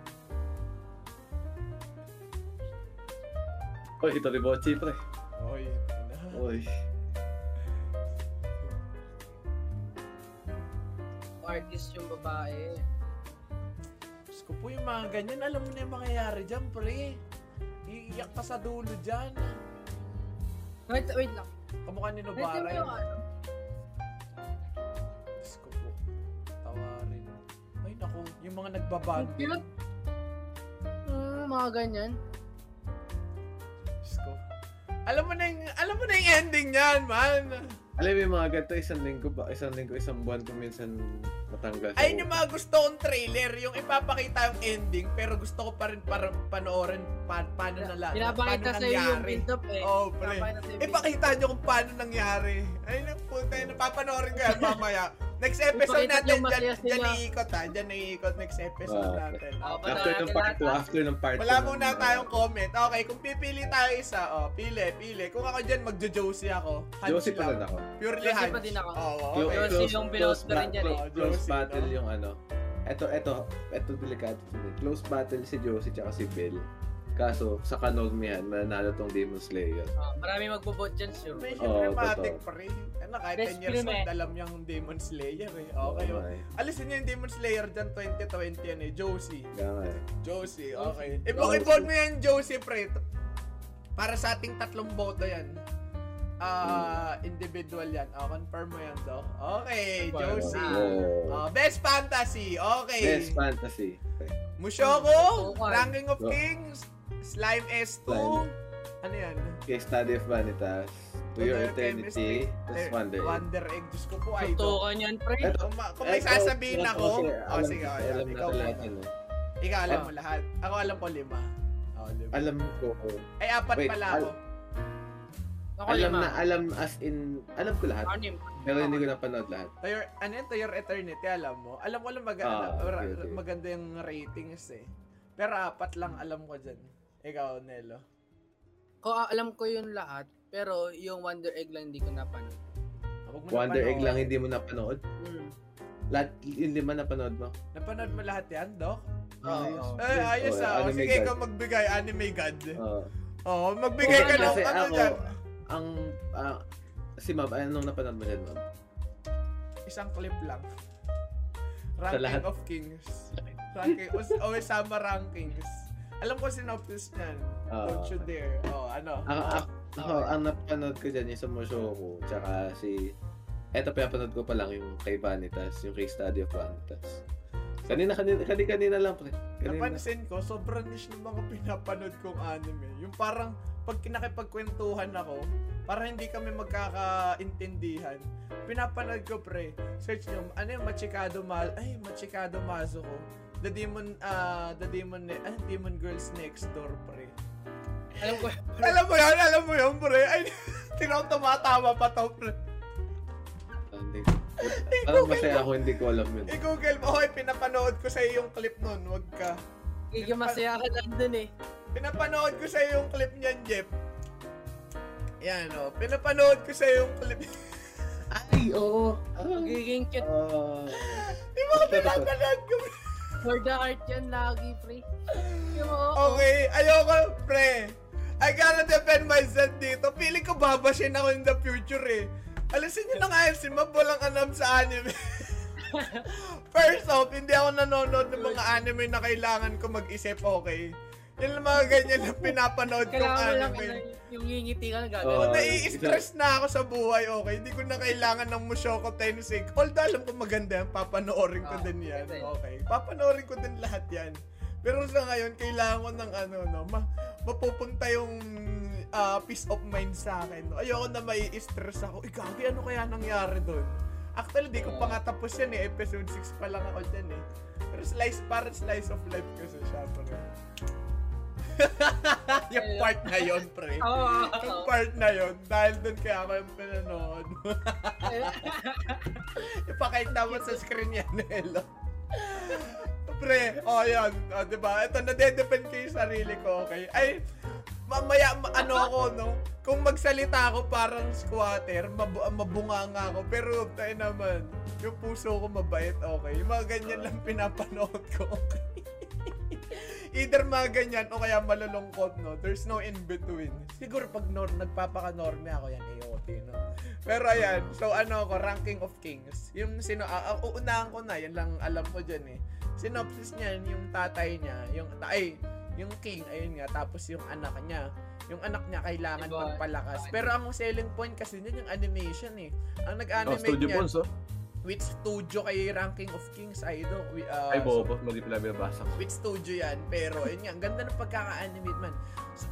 [SPEAKER 1] Oh, ito ni Bochi, pre.
[SPEAKER 2] Oy, ina.
[SPEAKER 1] Uy.
[SPEAKER 3] Artist yung babae.
[SPEAKER 2] Diyos ko po yung mga ganyan. Alam mo na yung mangyayari dyan, pre. Iiyak ka sa dulo dyan.
[SPEAKER 3] Wait, wait lang.
[SPEAKER 2] Kamukha ni
[SPEAKER 3] Wait,
[SPEAKER 2] Nobara
[SPEAKER 3] yung
[SPEAKER 2] yun.
[SPEAKER 3] yung ano?
[SPEAKER 2] Diyos ko po. Tawarin. Ay, naku. Yung mga nagbabago.
[SPEAKER 3] Yung Pilot? Hmm, mga ganyan.
[SPEAKER 2] Diyos ko. Alam mo na yung, alam mo na yung ending niyan, man.
[SPEAKER 1] Alam mo yung mga ganito, isang linggo ba? Isang linggo, isang buwan ko minsan matanggal. sa
[SPEAKER 2] Ayun yung
[SPEAKER 1] utak.
[SPEAKER 2] mga gusto kong trailer, yung ipapakita yung ending, pero gusto ko pa rin para panoorin pa, paano nala,
[SPEAKER 3] Pinapakita
[SPEAKER 2] Ano paano
[SPEAKER 3] sa'yo yung
[SPEAKER 2] nangyari.
[SPEAKER 3] build-up eh.
[SPEAKER 2] Oh, pre.
[SPEAKER 3] Pinapakita sa'yo yung build-up.
[SPEAKER 2] Ipakita nyo kung paano nangyari. Ay, nagpunta yun. Napapanoorin ko yan mamaya. Next episode
[SPEAKER 3] Ipakita
[SPEAKER 2] natin,
[SPEAKER 3] yung
[SPEAKER 2] dyan,
[SPEAKER 3] masaya sila.
[SPEAKER 2] dyan iikot ha. Dyan iikot next episode
[SPEAKER 1] Ah,
[SPEAKER 2] natin.
[SPEAKER 3] Ah,
[SPEAKER 2] Okay.
[SPEAKER 3] ba-
[SPEAKER 1] After ng part 2, after ng part 2.
[SPEAKER 2] Wala muna tayong comment. Okay, kung pipili tayo isa, oh, pili, pili. Kung ako dyan, magjo-Josie ako. Hunch
[SPEAKER 1] ano. Josie pa
[SPEAKER 2] lang.
[SPEAKER 1] rin ako.
[SPEAKER 2] Purely
[SPEAKER 3] Josie
[SPEAKER 2] hunch.
[SPEAKER 3] pa din ako.
[SPEAKER 2] Oo,
[SPEAKER 1] Clo-
[SPEAKER 2] okay.
[SPEAKER 3] Josie yung pinost na rin
[SPEAKER 1] ba-
[SPEAKER 3] yan eh.
[SPEAKER 1] clo- Close
[SPEAKER 2] Josie,
[SPEAKER 1] battle
[SPEAKER 2] no?
[SPEAKER 1] yung ano. Eto, eto, eto delikado sila. Close battle si Josie tsaka si Bill. Kaso, sa kanogmihan, mananalo tong Demon Slayer.
[SPEAKER 3] Ah, Marami magbobot dyan, sure.
[SPEAKER 2] Medyo
[SPEAKER 1] Oo, totoo.
[SPEAKER 2] dramatic pa rin. Ano, kahit
[SPEAKER 3] Best
[SPEAKER 2] 10 years
[SPEAKER 3] film eh.
[SPEAKER 2] old, alam yung Demon Slayer eh. Okay.
[SPEAKER 1] Oo nga eh.
[SPEAKER 2] Alisin niyo yung Demon Slayer dyan 2020 yan eh. Josie.
[SPEAKER 1] Kaya nga eh.
[SPEAKER 2] Josie, okay.
[SPEAKER 3] Josie.
[SPEAKER 2] Ibon,
[SPEAKER 1] Josie.
[SPEAKER 2] ibon mo yan, Josie, pre. Para sa ating tatlong boto yan. Ah, individual yan. Oh, confirm mo yan, Doc. Okay,
[SPEAKER 3] Confirm.
[SPEAKER 2] Josie.
[SPEAKER 1] Oh.
[SPEAKER 2] Ah, best fantasy. Okay.
[SPEAKER 1] Best fantasy. Okay.
[SPEAKER 2] Mushoku,
[SPEAKER 3] Bukan.
[SPEAKER 2] Ranking of
[SPEAKER 1] Oh.
[SPEAKER 2] Kings, Slime S2.
[SPEAKER 1] Slime.
[SPEAKER 2] Ano yan?
[SPEAKER 1] Case study of vanitas. To
[SPEAKER 2] To
[SPEAKER 1] your
[SPEAKER 2] your
[SPEAKER 1] eternity. Tapos wonder. egg.
[SPEAKER 2] Wonder Egg. Diyos ko po, idol.
[SPEAKER 3] Tutukan yan, pre.
[SPEAKER 1] Eto,
[SPEAKER 2] Kung, ma- kung may
[SPEAKER 1] eto,
[SPEAKER 2] sasabihin
[SPEAKER 1] eto,
[SPEAKER 2] ako,
[SPEAKER 1] sige,
[SPEAKER 2] oh,
[SPEAKER 1] alam-
[SPEAKER 2] sige, oh,
[SPEAKER 1] alam
[SPEAKER 2] ikaw,
[SPEAKER 1] natin lahat
[SPEAKER 2] ikaw,
[SPEAKER 1] yan, eh.
[SPEAKER 2] ikaw alam
[SPEAKER 1] Ah.
[SPEAKER 2] mo lahat. Ako alam ko lima. Oh, lima.
[SPEAKER 1] Alam ko.
[SPEAKER 2] Ay, apat
[SPEAKER 1] wait,
[SPEAKER 2] pala
[SPEAKER 1] al-
[SPEAKER 2] ako.
[SPEAKER 3] Ako
[SPEAKER 1] Alam na,
[SPEAKER 3] lima.
[SPEAKER 1] alam as in, alam ko lahat.
[SPEAKER 3] Anim.
[SPEAKER 1] Pero hindi ko napanood lahat.
[SPEAKER 2] To your, ano yun, to your eternity, alam mo. Alam ko lang mag-
[SPEAKER 1] Ah,
[SPEAKER 2] ano, ra-
[SPEAKER 1] okay, okay.
[SPEAKER 2] maganda yung ratings eh. Pero apat lang alam ko dyan. Ikaw, Nelo.
[SPEAKER 3] Ko, ah, alam ko yung lahat, pero yung Wonder Egg lang hindi ko napanood.
[SPEAKER 2] Huwag mo
[SPEAKER 1] Wonder egg
[SPEAKER 2] napanood.
[SPEAKER 1] lang hindi mo napanood.
[SPEAKER 3] Hmm.
[SPEAKER 1] Lahat, yung lima napanood mo.
[SPEAKER 2] Napanood mo lahat yan, Doc?
[SPEAKER 3] Ayos.
[SPEAKER 2] Eh, ayos
[SPEAKER 1] Oo,
[SPEAKER 2] ah. Oh,
[SPEAKER 1] anime
[SPEAKER 2] sige,
[SPEAKER 1] god.
[SPEAKER 2] ikaw magbigay. Anime God.
[SPEAKER 1] Oo.
[SPEAKER 2] Oo, magbigay
[SPEAKER 3] Oo,
[SPEAKER 2] ka ng
[SPEAKER 1] kasi
[SPEAKER 2] ano
[SPEAKER 1] ako-
[SPEAKER 2] dyan.
[SPEAKER 1] ang, ah, si Mab, anong napanood mo dyan, Mab?
[SPEAKER 2] Isang clip lang. Ranking
[SPEAKER 1] lahat.
[SPEAKER 2] of Kings. Ranking, Us- Osama Rankings. Alam ko sinopsis niyan.
[SPEAKER 1] Ah.
[SPEAKER 2] Don't you dare. Oh, ano?
[SPEAKER 1] Ang, ang, ako, ang napanood ko dyan, yung sa Mushoku, tsaka si... Eto, pinapanood ko pa lang yung kay Vanitas, yung case study of Vanitas. Kanina, kanina, kanina, kanina lang, pre. Kanina.
[SPEAKER 2] Napansin ko, sobrang niche ng mga pinapanood kong anime. Yung parang, pag kinakipagkwentuhan ako, para hindi kami magkakaintindihan, pinapanood ko pre, search nyo, ano yung Machikado Mal, ay, Machikado Mazuko. The Demon, ah, The Demon, Ne- ah, Demon Girls Next Door, pre.
[SPEAKER 3] Alam ko,
[SPEAKER 2] Alam mo yan, alam mo yan, pre. Ay, tinaw tumatawa pa to, pre.
[SPEAKER 1] Ah, Hindi. Parang masaya ako, hindi ko alam yun.
[SPEAKER 2] I-google mo, hoy, pinapanood ko sa'yo yung clip nun, wag ka.
[SPEAKER 3] medyo masaya ka lang dun eh.
[SPEAKER 2] Pinapanood ko sa'yo yung clip niyan, Jeff. Yan, oh. Pinapanood ko sa'yo yung clip.
[SPEAKER 1] Ay, oo.
[SPEAKER 3] Magiging cute
[SPEAKER 1] Ah.
[SPEAKER 2] Di ba ko pinapanood ko?
[SPEAKER 3] for the art yan lagi, pre. Yung oo.
[SPEAKER 2] Okay, ayoko, pre. I gotta defend myself dito. Feeling ko babashin ako in the future eh. Alisin nyo na nga yun, si Mab walang alam sa anime. First off, hindi ako nanonood ng mga anime na kailangan ko mag-isip, okay? Yung mga ganyan lang pinapanood kong
[SPEAKER 3] Kailangan mo lang ano,
[SPEAKER 2] anime.
[SPEAKER 3] yung- yung ngingiti ka
[SPEAKER 1] Oo.
[SPEAKER 3] lang gagawin.
[SPEAKER 2] Oh, Nai-stress na ako sa buhay, okay? Hindi ko na kailangan ng Mushoku Tensei. Although alam ko maganda yan, papanoorin ko
[SPEAKER 3] Ah,
[SPEAKER 2] din yan,
[SPEAKER 3] maganda yun.
[SPEAKER 2] okay? Papanoorin ko din lahat yan. Pero sa ngayon, kailangan ko ng ano, no, ma- mapupunta yung ah, peace of mind sa akin. No? Ayoko na mai-stress ako. Eh, gabi, ano kaya nangyari doon? Actually, di ko pa nga tapos yan eh. Episode 6 pa lang ako dyan eh. Pero slice, parang slice of life kasi siya, pre. yung part na yun, pre.
[SPEAKER 3] Oo.
[SPEAKER 2] Yung part na yun, dahil doon kaya ako yung pinanood. Ipakita mo sa screen yan, Elo. Pre, oh yan, oh, di ba? Ito, nadedepend ko yung sarili ko, okay? Ay, mamaya, ma- ano ako, no? Kung magsalita ako parang squatter, mabu- mabunganga ako. Pero, tayo naman, yung puso ko mabait, okay? Yung mga ganyan lang pinapanood ko, okay? Either mga ganyan o kaya malulungkot, no? There's no in-between. Siguro pag nor nagpapaka-norme ako yan, AOT, no? Pero ayan, so ano ko, ranking of kings. Yung sino, uh, uunahan ko na, yan lang alam ko dyan eh. Synopsis niyan, yung tatay niya, yung, ay, yung king, ayun nga, tapos yung anak niya. Yung anak niya kailangan
[SPEAKER 3] Diba?
[SPEAKER 2] magpalakas. Pero ang selling point kasi niyan yung animation eh.
[SPEAKER 7] Oh,
[SPEAKER 2] Ang nag-animate
[SPEAKER 7] Studio
[SPEAKER 2] niya,
[SPEAKER 7] Bones, oh.
[SPEAKER 2] with studio kay ranking of kings, I don't, wi- uh,
[SPEAKER 7] Ay, bobo. Mag-reply mo basa ko.
[SPEAKER 2] with studio yan pero yun nga ang ganda ng pagkaka-animate man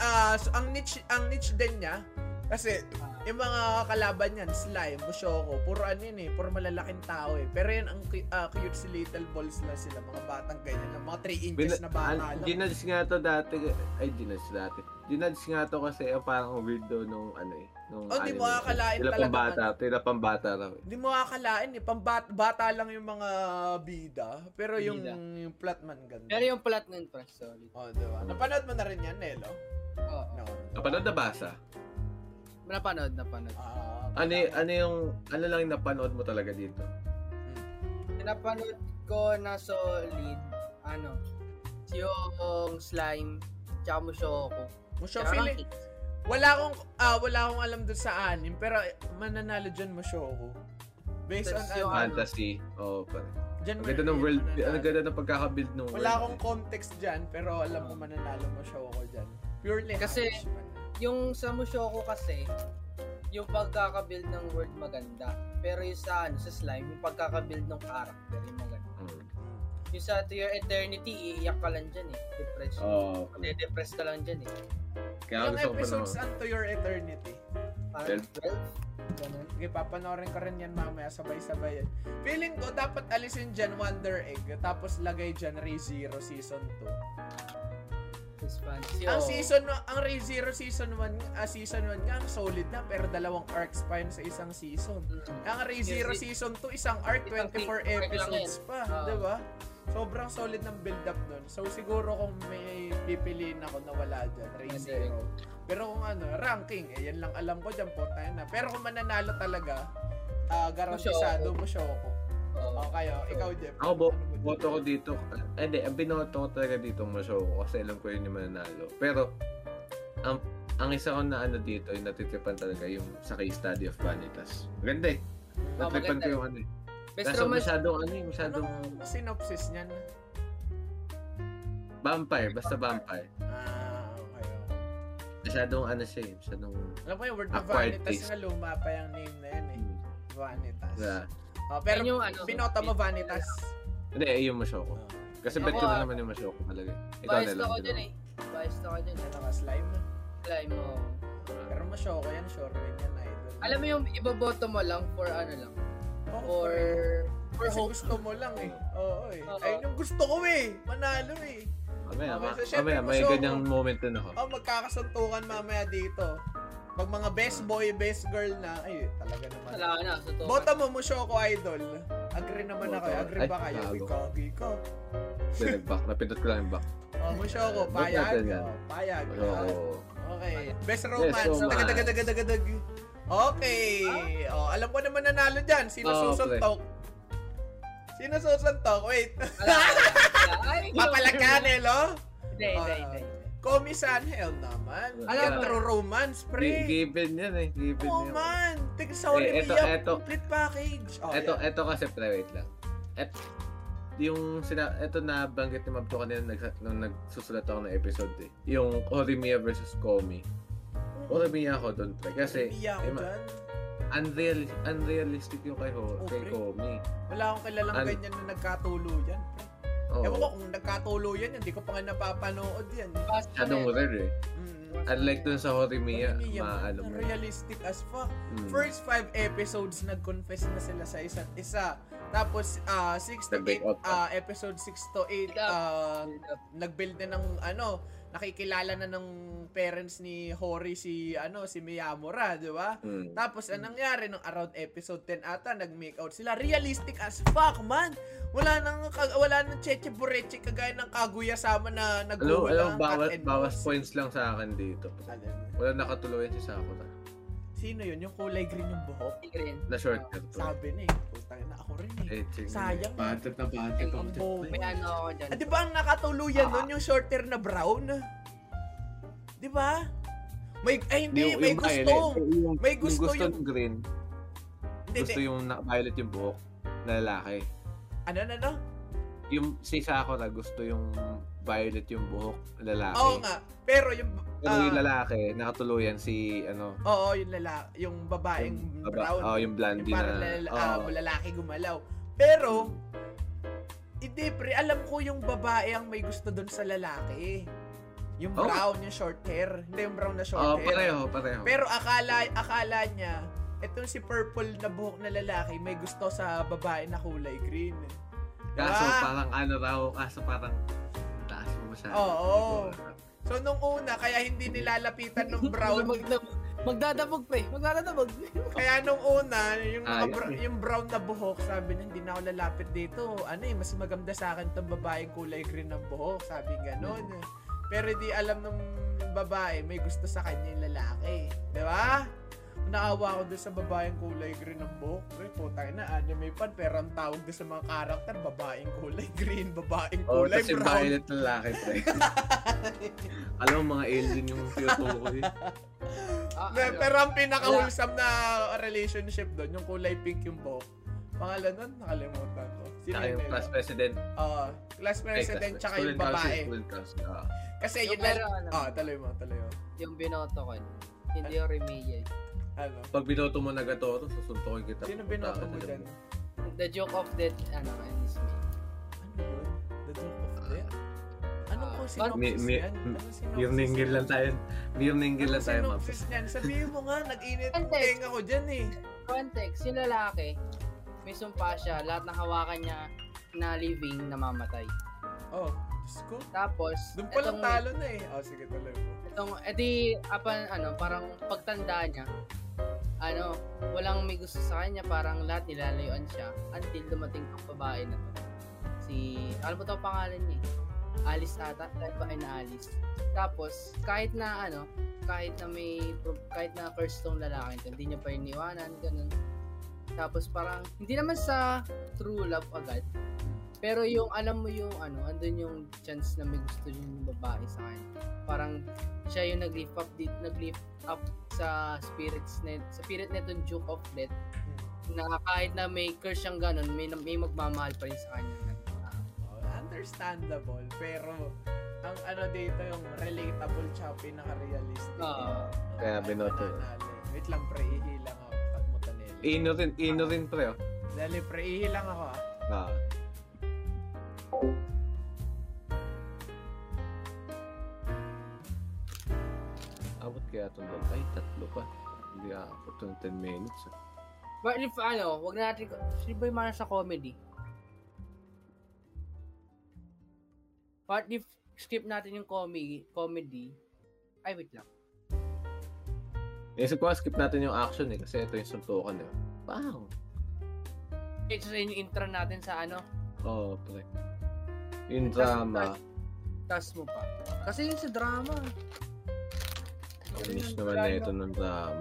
[SPEAKER 2] Ah, so ang niche ang niche din niya kasi yung mga kalaban niyan slime Mushoku puro ano yun eh puro malalaking tao eh pero yun ang cu- ah, cute si little balls na sila mga batang ganyan lang mga 3 inches na bata
[SPEAKER 7] An-
[SPEAKER 2] lang
[SPEAKER 7] Ginudge nga to dati. Ay, ginudge dati. Ginudge nga to kasi eh, parang weirdo nung ano eh. Nung
[SPEAKER 2] Oh, di mo
[SPEAKER 7] anime.
[SPEAKER 2] akalain
[SPEAKER 7] Tila
[SPEAKER 2] talaga,
[SPEAKER 7] Pambata, tila pambata raw eh.
[SPEAKER 2] hindi mo akalain eh pambata bata lang yung mga bida pero yung yung plot man ganda
[SPEAKER 3] Pero yung plot nun, pre, solid.
[SPEAKER 2] oh di ba napanood mo na rin yan Nelo
[SPEAKER 3] Oo.
[SPEAKER 2] no
[SPEAKER 7] Napanood na basa?
[SPEAKER 3] Napanood, napanood.
[SPEAKER 2] Ah,
[SPEAKER 7] Ano, y- ano yung, ano lang yung napanood mo talaga dito?
[SPEAKER 3] Napanood ko na solid, ano, yung slime, tsaka Mushoku.
[SPEAKER 2] Mushoku
[SPEAKER 3] Tsaka
[SPEAKER 2] feeling-
[SPEAKER 3] Kids.
[SPEAKER 2] Wala akong ah, wala akong alam doon sa anim pero mananalo dyan mo show ko. Based on
[SPEAKER 3] Tas yung
[SPEAKER 2] ano,
[SPEAKER 3] ano,
[SPEAKER 7] Fantasy. Oo, oh, pare.
[SPEAKER 2] dyan
[SPEAKER 7] Ang
[SPEAKER 2] mo
[SPEAKER 7] ganda ng
[SPEAKER 2] yun,
[SPEAKER 7] world,
[SPEAKER 2] mananalo.
[SPEAKER 7] ang ganda ng pagkaka-build ng world.
[SPEAKER 2] Wala akong context dyan pero alam ko mananalo mo show ko dyan. Purely
[SPEAKER 3] Kasi-
[SPEAKER 2] hunch man.
[SPEAKER 3] Yung sa Mushoku kasi, yung pagkakabuild ng world maganda. Pero yung sa, ano, sa slime, yung pagkakabuild ng character, yung maganda.
[SPEAKER 7] Mm.
[SPEAKER 3] Yung sa To Your Eternity, iiyak ka lang dyan eh. Depression.
[SPEAKER 7] Oh.
[SPEAKER 1] Oo.
[SPEAKER 3] Nade-depress ka lang dyan eh.
[SPEAKER 7] Kaya
[SPEAKER 2] Ilang
[SPEAKER 7] gusto ko pa
[SPEAKER 2] episodes ano?
[SPEAKER 7] naman.
[SPEAKER 2] unto your eternity.
[SPEAKER 3] Parang
[SPEAKER 7] Twelve.
[SPEAKER 3] 12. Ganun.
[SPEAKER 2] Sige, papanorin ko rin yan mamaya sabay-sabay yan. Feeling ko dapat alisin dyan Wonder Egg tapos lagay dyan ReZero Season 2.
[SPEAKER 3] Expansion.
[SPEAKER 2] Ang season ang ReZero Season 1, ah, Season 1 nga ang solid na pero dalawang arcs pa yun sa isang season.
[SPEAKER 3] Mm.
[SPEAKER 2] Ang Ray Zero
[SPEAKER 3] Yes,
[SPEAKER 2] Season 2, isang arc,
[SPEAKER 3] Isang
[SPEAKER 2] 24
[SPEAKER 3] arc lang
[SPEAKER 2] episodes pa.
[SPEAKER 3] Oo.
[SPEAKER 2] di ba? Sobrang solid ng build-up nun. So, siguro kung may pipiliin ako na wala dyan, Ray
[SPEAKER 3] Hindi.
[SPEAKER 2] Zero. Pero kung ano, ranking, eh, yan lang alam ko dyan po tayo na. Pero kung mananalo talaga, ah garantisado mo show ko.
[SPEAKER 3] Oo.
[SPEAKER 2] O kayo, ikaw Jeff.
[SPEAKER 7] Ako, bo-
[SPEAKER 2] ano ba
[SPEAKER 7] boto ko dito. Eh, Hindi, ang binoto ko talaga dito mo show ko kasi alam ko yun yung mananalo. Pero, ang ang isa ko na ano dito, yung natitipan talaga yung sa case study of Vanitas. Maganda eh.
[SPEAKER 2] Ah,
[SPEAKER 3] Oh,
[SPEAKER 7] Natripan
[SPEAKER 3] maganda.
[SPEAKER 7] ko yung ano eh.
[SPEAKER 3] Best
[SPEAKER 7] Kaso
[SPEAKER 3] romance.
[SPEAKER 7] masyadong ano eh, masyadong
[SPEAKER 2] Anong synopsis niyan?
[SPEAKER 7] vampire, basta vampire.
[SPEAKER 2] Ah, okay. okay.
[SPEAKER 7] Masyadong ano siya eh, masyadong...
[SPEAKER 2] Alam mo yung word na
[SPEAKER 7] Acquired
[SPEAKER 2] Vanitas
[SPEAKER 7] taste.
[SPEAKER 2] nga luma pa yung name na yun eh. Vanitas.
[SPEAKER 7] Yeah.
[SPEAKER 2] Oh, pero
[SPEAKER 3] Yan yung ano,
[SPEAKER 2] pinota mo Vanitas.
[SPEAKER 7] Hindi, eh, yung Masyoko. Kasi
[SPEAKER 3] Ako,
[SPEAKER 7] bet ko
[SPEAKER 3] ah,
[SPEAKER 7] na naman yung Masyoko talaga. eh. Ikaw
[SPEAKER 3] Biased
[SPEAKER 7] na lang.
[SPEAKER 3] ako
[SPEAKER 7] ikaw
[SPEAKER 3] dyan
[SPEAKER 7] na
[SPEAKER 3] eh. Biased ako dyan.
[SPEAKER 2] Ano ka, slime?
[SPEAKER 3] Slime oh. mo.
[SPEAKER 7] lang.
[SPEAKER 2] Pero masyoko yan, sure rin yan, idol.
[SPEAKER 3] Alam mo yung ibaboto mo lang for ano lang.
[SPEAKER 2] Oh,
[SPEAKER 3] For... For
[SPEAKER 2] Kasi
[SPEAKER 3] hope.
[SPEAKER 2] gusto mo lang eh. Oo eh.
[SPEAKER 3] Oo.
[SPEAKER 2] Ayun yung gusto ko eh. Manalo eh.
[SPEAKER 7] Mamaya,
[SPEAKER 2] Okay,
[SPEAKER 7] ma-
[SPEAKER 2] so syempre,
[SPEAKER 7] mamaya, may
[SPEAKER 2] Masyoko.
[SPEAKER 7] ganyang moment na ako.
[SPEAKER 2] Oh, magkakasuntukan mamaya dito. Pag mga best boy, best girl na, ay, talaga naman.
[SPEAKER 3] Wala na. So, to.
[SPEAKER 2] Bota mo mo show ko, idol. Agree naman ako. eh.
[SPEAKER 7] Boto.
[SPEAKER 2] Agree ba
[SPEAKER 7] Ay,
[SPEAKER 2] kayo?
[SPEAKER 7] bago.
[SPEAKER 2] Ikaw, ikaw.
[SPEAKER 7] Hindi, nag-back. Napindot ko lang yung back.
[SPEAKER 2] Oh, mo show ko.
[SPEAKER 7] Boto
[SPEAKER 2] Payag.
[SPEAKER 7] natin yan.
[SPEAKER 2] oh, Payag.
[SPEAKER 7] Masyoko.
[SPEAKER 2] ah. Okay. Best romance.
[SPEAKER 7] romance.
[SPEAKER 2] Daga, daga, daga, daga, daga. Okay.
[SPEAKER 1] Ah?
[SPEAKER 2] Oh, alam ko naman nanalo dyan. Sino
[SPEAKER 7] Oh,
[SPEAKER 2] susuntok? Sino susuntok? Wait.
[SPEAKER 3] Wala, wala, wala. Ay,
[SPEAKER 2] Papalagkan, eh, Oh. lo?
[SPEAKER 3] Hindi, hindi, hindi.
[SPEAKER 2] Komi San Hell naman.
[SPEAKER 1] Alam mo-
[SPEAKER 2] Alam romance,
[SPEAKER 1] Gi-
[SPEAKER 2] pre.
[SPEAKER 1] Given yan eh. Given
[SPEAKER 2] Oh
[SPEAKER 1] yan.
[SPEAKER 2] man, take sorry,
[SPEAKER 1] Eh, eto,
[SPEAKER 2] Mia,
[SPEAKER 1] eto.
[SPEAKER 2] complete package. Oh,
[SPEAKER 1] Eto,
[SPEAKER 2] yan.
[SPEAKER 1] eto kasi pre, wait lang. Et, yung sila, eto na banggit ni Mabdo kanina nag, nung nagsusulat ako ng episode eh. Yung Orimiya versus Komi. Orimiya ako doon pre. Kasi,
[SPEAKER 2] Mia ako
[SPEAKER 1] eh, ma-
[SPEAKER 2] Oh, dyan.
[SPEAKER 1] unreal, unrealistic yung kay, Ho,
[SPEAKER 2] Oh,
[SPEAKER 1] kay
[SPEAKER 2] pre.
[SPEAKER 1] Komi.
[SPEAKER 2] Wala akong kilalang
[SPEAKER 1] An-
[SPEAKER 2] ganyan na nagkatulo yan.
[SPEAKER 1] Oo.
[SPEAKER 2] Ewan ko kung nagkatulo yan, hindi ko pa nga napapanood ano yan.
[SPEAKER 3] Basta
[SPEAKER 1] Masyadong
[SPEAKER 3] yun.
[SPEAKER 1] rare eh.
[SPEAKER 2] Mm.
[SPEAKER 1] Unlike dun sa Horimiya,
[SPEAKER 2] Ano niya,
[SPEAKER 1] maano mo. yun.
[SPEAKER 2] Realistic as fuck.
[SPEAKER 1] Mm.
[SPEAKER 2] First five episodes, nag-confess na sila sa isa't isa. Tapos, ah, six to eight,
[SPEAKER 1] Nag-break out
[SPEAKER 2] ah, episode 6 to 8, ah, nag-build na ng, ano, nakikilala na ng parents ni Hori si, ano, si Miyamura, di ba?
[SPEAKER 1] Mm.
[SPEAKER 2] Tapos, anong nangyari nung around episode 10 ata, nag-make out sila. Realistic as fuck, man! Wala nang, ka- wala nang cheche bureche kagaya ng kaguya sama na
[SPEAKER 1] Alam,
[SPEAKER 2] nagbuo
[SPEAKER 1] alam,
[SPEAKER 2] ng
[SPEAKER 1] bawas,
[SPEAKER 2] cut and
[SPEAKER 1] bawas
[SPEAKER 2] nose.
[SPEAKER 1] points lang sa akin dito.
[SPEAKER 2] Alam mo.
[SPEAKER 1] Wala nakatuloy si Sakura.
[SPEAKER 2] Sino yun? Yung kulay green yung buhok?
[SPEAKER 3] Green.
[SPEAKER 1] ah. Na short
[SPEAKER 3] Ah,
[SPEAKER 1] cut po.
[SPEAKER 2] Sabi na eh. Putang na ako rin eh.
[SPEAKER 1] Eh, tingnan mo.
[SPEAKER 2] Sayang. Ah,
[SPEAKER 8] Patat na patat.
[SPEAKER 3] Ang bobo. May ano ako dyan.
[SPEAKER 2] di ba ang nakatuluyan nun yung shorter na brown? Di ba? May, ay hindi,
[SPEAKER 1] Yung-
[SPEAKER 2] may
[SPEAKER 1] yung
[SPEAKER 2] gusto.
[SPEAKER 1] violet. Yung-
[SPEAKER 2] May
[SPEAKER 1] yung
[SPEAKER 2] gusto
[SPEAKER 1] gusto
[SPEAKER 2] yung-
[SPEAKER 1] yung green.
[SPEAKER 2] Hindi,
[SPEAKER 1] Gusto
[SPEAKER 2] hindi.
[SPEAKER 1] yung na- violet yung buhok na lalaki.
[SPEAKER 2] Ano, ano, ano?
[SPEAKER 1] Yung si Sakura gusto yung violet yung buhok na lalaki.
[SPEAKER 2] Oo nga. Pero yung,
[SPEAKER 1] Pero yung
[SPEAKER 2] ah,
[SPEAKER 1] lalaki, nakatuluyan si ano,
[SPEAKER 2] oo, yung lala, yung babaeng
[SPEAKER 1] yung,
[SPEAKER 2] brown.
[SPEAKER 1] baba, oh, yung
[SPEAKER 2] Yung
[SPEAKER 1] blondie
[SPEAKER 2] parang
[SPEAKER 1] na.
[SPEAKER 2] lala- ah,
[SPEAKER 1] oo.
[SPEAKER 2] lalaki gumalaw. Pero, hindi pre, alam ko yung babae ang may gusto doon sa lalaki. Yung
[SPEAKER 1] Oh.
[SPEAKER 2] brown, yung short hair. Hindi yung brown na short
[SPEAKER 1] Oo,
[SPEAKER 2] hair.
[SPEAKER 1] Oh, Ah, pareho, pareho.
[SPEAKER 2] Pero akala akala niya, etong si purple na buhok na lalaki may gusto sa babae na kulay green.
[SPEAKER 1] kaso
[SPEAKER 2] Ah!
[SPEAKER 1] parang ano raw, kaso parang taas mo masyado.
[SPEAKER 2] Oo. So nung una kaya hindi nilalapitan ng brown.
[SPEAKER 3] Magdadabog- Magdadabog pa eh. Magdadabog.
[SPEAKER 2] kaya nung una yung mga
[SPEAKER 1] Ah, yun
[SPEAKER 2] bra-
[SPEAKER 1] eh.
[SPEAKER 2] yung brown na buhok sabi niya hindi na ako lalapit dito. Ano eh mas maganda sa akin tong babaeng kulay green ng buhok, sabi ganon. eh. Pero di alam nung babae may gusto sa kanya yung lalaki. 'Di ba? naawa ako doon sa babaeng kulay green ng buhok. Uy, putang na, anime fan. Pero ang tawag doon sa mga karakter, babaeng kulay green, babaeng
[SPEAKER 1] Oh,
[SPEAKER 2] kulay
[SPEAKER 1] tapos yung
[SPEAKER 2] brown.
[SPEAKER 1] violet na lalaki, pre. Alam mo, mga alien yung tinuturo ko eh.
[SPEAKER 3] Ah,
[SPEAKER 2] Na-
[SPEAKER 3] ano?
[SPEAKER 2] pero ang pinaka-wholesome na relationship doon, yung kulay pink yung buhok. Pangalan nun, nakalimutan ko. Sino
[SPEAKER 1] Tsaka yung
[SPEAKER 2] yun?
[SPEAKER 1] class president.
[SPEAKER 2] Oo, class
[SPEAKER 1] Ay,
[SPEAKER 2] president,
[SPEAKER 1] class-
[SPEAKER 2] tsaka yung
[SPEAKER 1] student council,
[SPEAKER 2] babae.
[SPEAKER 1] Student council. ah.
[SPEAKER 2] Kasi
[SPEAKER 3] Yung
[SPEAKER 2] yun lang.
[SPEAKER 3] pero ano,
[SPEAKER 2] Ah, tuloy mo, tuloy mo.
[SPEAKER 3] yung binoto ko. Hindi eh. yung Remeye.
[SPEAKER 2] Ano?
[SPEAKER 1] Pag binoto mo na gato, susuntukin kita.
[SPEAKER 2] Sino binoto mo dyan?
[SPEAKER 3] The joke of that, ano, ends me.
[SPEAKER 2] Ano yun? The Duke of Death? Ano
[SPEAKER 3] Ah,
[SPEAKER 2] po
[SPEAKER 3] but-
[SPEAKER 1] Mi-
[SPEAKER 2] sinopsis
[SPEAKER 1] mi-
[SPEAKER 2] yan? Anong
[SPEAKER 1] Mirninggil
[SPEAKER 2] sinopsis
[SPEAKER 1] lang tayo. Mirninggil lang
[SPEAKER 2] Ano
[SPEAKER 1] tayo, ma'am.
[SPEAKER 2] synopsis niyan? Sabihin mo nga, nag-init ang
[SPEAKER 3] Context.
[SPEAKER 2] tenga ko dyan eh.
[SPEAKER 3] Context, yung lalaki, may sumpa siya, lahat ng hawakan niya na living, namamatay.
[SPEAKER 2] Oh, Diyos ko.
[SPEAKER 3] Tapos,
[SPEAKER 2] Doon pa lang
[SPEAKER 3] etong-
[SPEAKER 2] talo na eh. Oh, sige, tuloy mo.
[SPEAKER 3] Itong, edi, apan, ano, parang pagtanda niya, ano, walang may gusto sa kanya, parang lahat nilalayuan siya until dumating ang babae na to. Si, alam mo ang pangalan niya eh. Alice ata, dahil pa ay na Alice. Tapos, kahit na ano, kahit na may, pro- kahit na first tong lalaki, to, hindi niya pa iniwanan, ganun. Tapos parang, hindi naman sa true love agad, pero yung alam mo yung ano, andun yung chance na may gusto yung babae sa kanya. Parang siya yung nag-lift up dito, nag-lift up sa spirits net, sa spirit net ng Duke of Death
[SPEAKER 1] Hmm.
[SPEAKER 3] na kahit na may curse siyang ganun, may, may magmamahal pa rin sa kanya. Ah.
[SPEAKER 2] Oh, understandable, pero ang ano dito yung relatable tsaka pinaka-realistic. eh. Ah,
[SPEAKER 3] Oo.
[SPEAKER 1] Ah, Kaya binoto.
[SPEAKER 2] Wait lang, pre, ah, ihi lang ako. Cut mo taneli.
[SPEAKER 1] Ino rin, ino rin, pre. oh.
[SPEAKER 2] Dali, pre, ihi lang ako. ah.
[SPEAKER 1] Ah. Abot kaya itong loob? Ay, tatlo pa. Hindi ah, aabot ng 10 minutes. ah.
[SPEAKER 3] But if ano, wag na natin, sino ba yung mga sa comedy? What if skip natin yung comedy, comedy? Ay, wait lang.
[SPEAKER 7] Eh,
[SPEAKER 1] Naisip ko, skip natin yung action eh, kasi ito yung suntukan eh. Wow!
[SPEAKER 3] Ito sa inyo intro natin sa ano,
[SPEAKER 1] Oo, oh, pre. Yung drama.
[SPEAKER 3] task mo pa. Kasi yun sa drama. Ano?
[SPEAKER 1] Finish
[SPEAKER 3] Yun,
[SPEAKER 1] naman na
[SPEAKER 3] drama.
[SPEAKER 1] ito ng drama.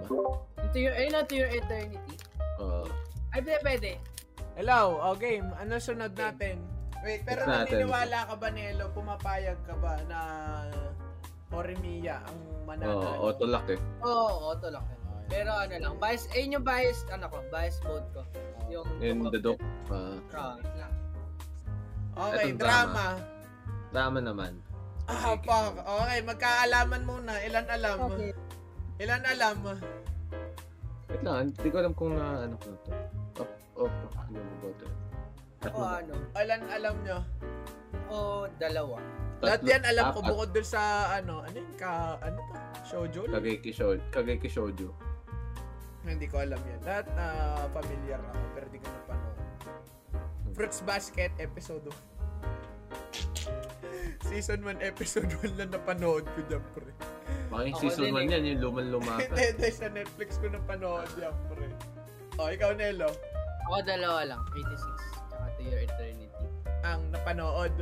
[SPEAKER 3] Ito yung, ayun na, ito yung eternity.
[SPEAKER 7] Oh,
[SPEAKER 1] Oo.
[SPEAKER 3] Ay, pwede, pwede.
[SPEAKER 2] Hello, oh game. Ano sunod natin? Wait, pero
[SPEAKER 1] Next natin.
[SPEAKER 2] naniniwala ka ba, Nelo? Pumapayag ka ba na Orimiya ang
[SPEAKER 7] Oo,
[SPEAKER 2] mananalo.
[SPEAKER 7] oh, tulak eh.
[SPEAKER 3] Oo, auto lang. Pero ano lang, bias, ayun yung bias, ano ko, bias vote ko. Yung
[SPEAKER 7] Yun, the doc. ah,
[SPEAKER 3] Ah,
[SPEAKER 2] Okay,
[SPEAKER 7] Etong
[SPEAKER 2] drama.
[SPEAKER 7] tama naman.
[SPEAKER 2] Ah, fuck. Okay, magkaalaman muna. Ilan alam?
[SPEAKER 3] Okay.
[SPEAKER 2] Ilan alam?
[SPEAKER 7] Wait lang, hindi ko alam kung na ano ko na to. Up, up, hindi mo ba ito?
[SPEAKER 3] Ako ano,
[SPEAKER 2] Ilan alam nyo?
[SPEAKER 3] ako dalawa.
[SPEAKER 2] Lahat yan alam ko
[SPEAKER 7] apat.
[SPEAKER 2] bukod dun sa ano, ano yun? Ka, ano to? Shoujo?
[SPEAKER 7] Kageki Shoujo. Kageki Shoujo.
[SPEAKER 2] Hindi ko alam yan. Lahat na familiar ako pero di ko napanood. Fruits Basket episode 1. Season 1 episode 1 lang napanood ko dyan pre.
[SPEAKER 7] Making
[SPEAKER 3] Ako
[SPEAKER 7] season 1
[SPEAKER 3] din eh.
[SPEAKER 7] yan, yung luman-luma
[SPEAKER 1] Ah,
[SPEAKER 7] ka.
[SPEAKER 2] Hindi, hindi. Sa Netflix ko napanood yan pre. O, ikaw Nelo.
[SPEAKER 3] Ako dalawa lang, 86, tsaka To Your Eternity.
[SPEAKER 2] Ang napanood.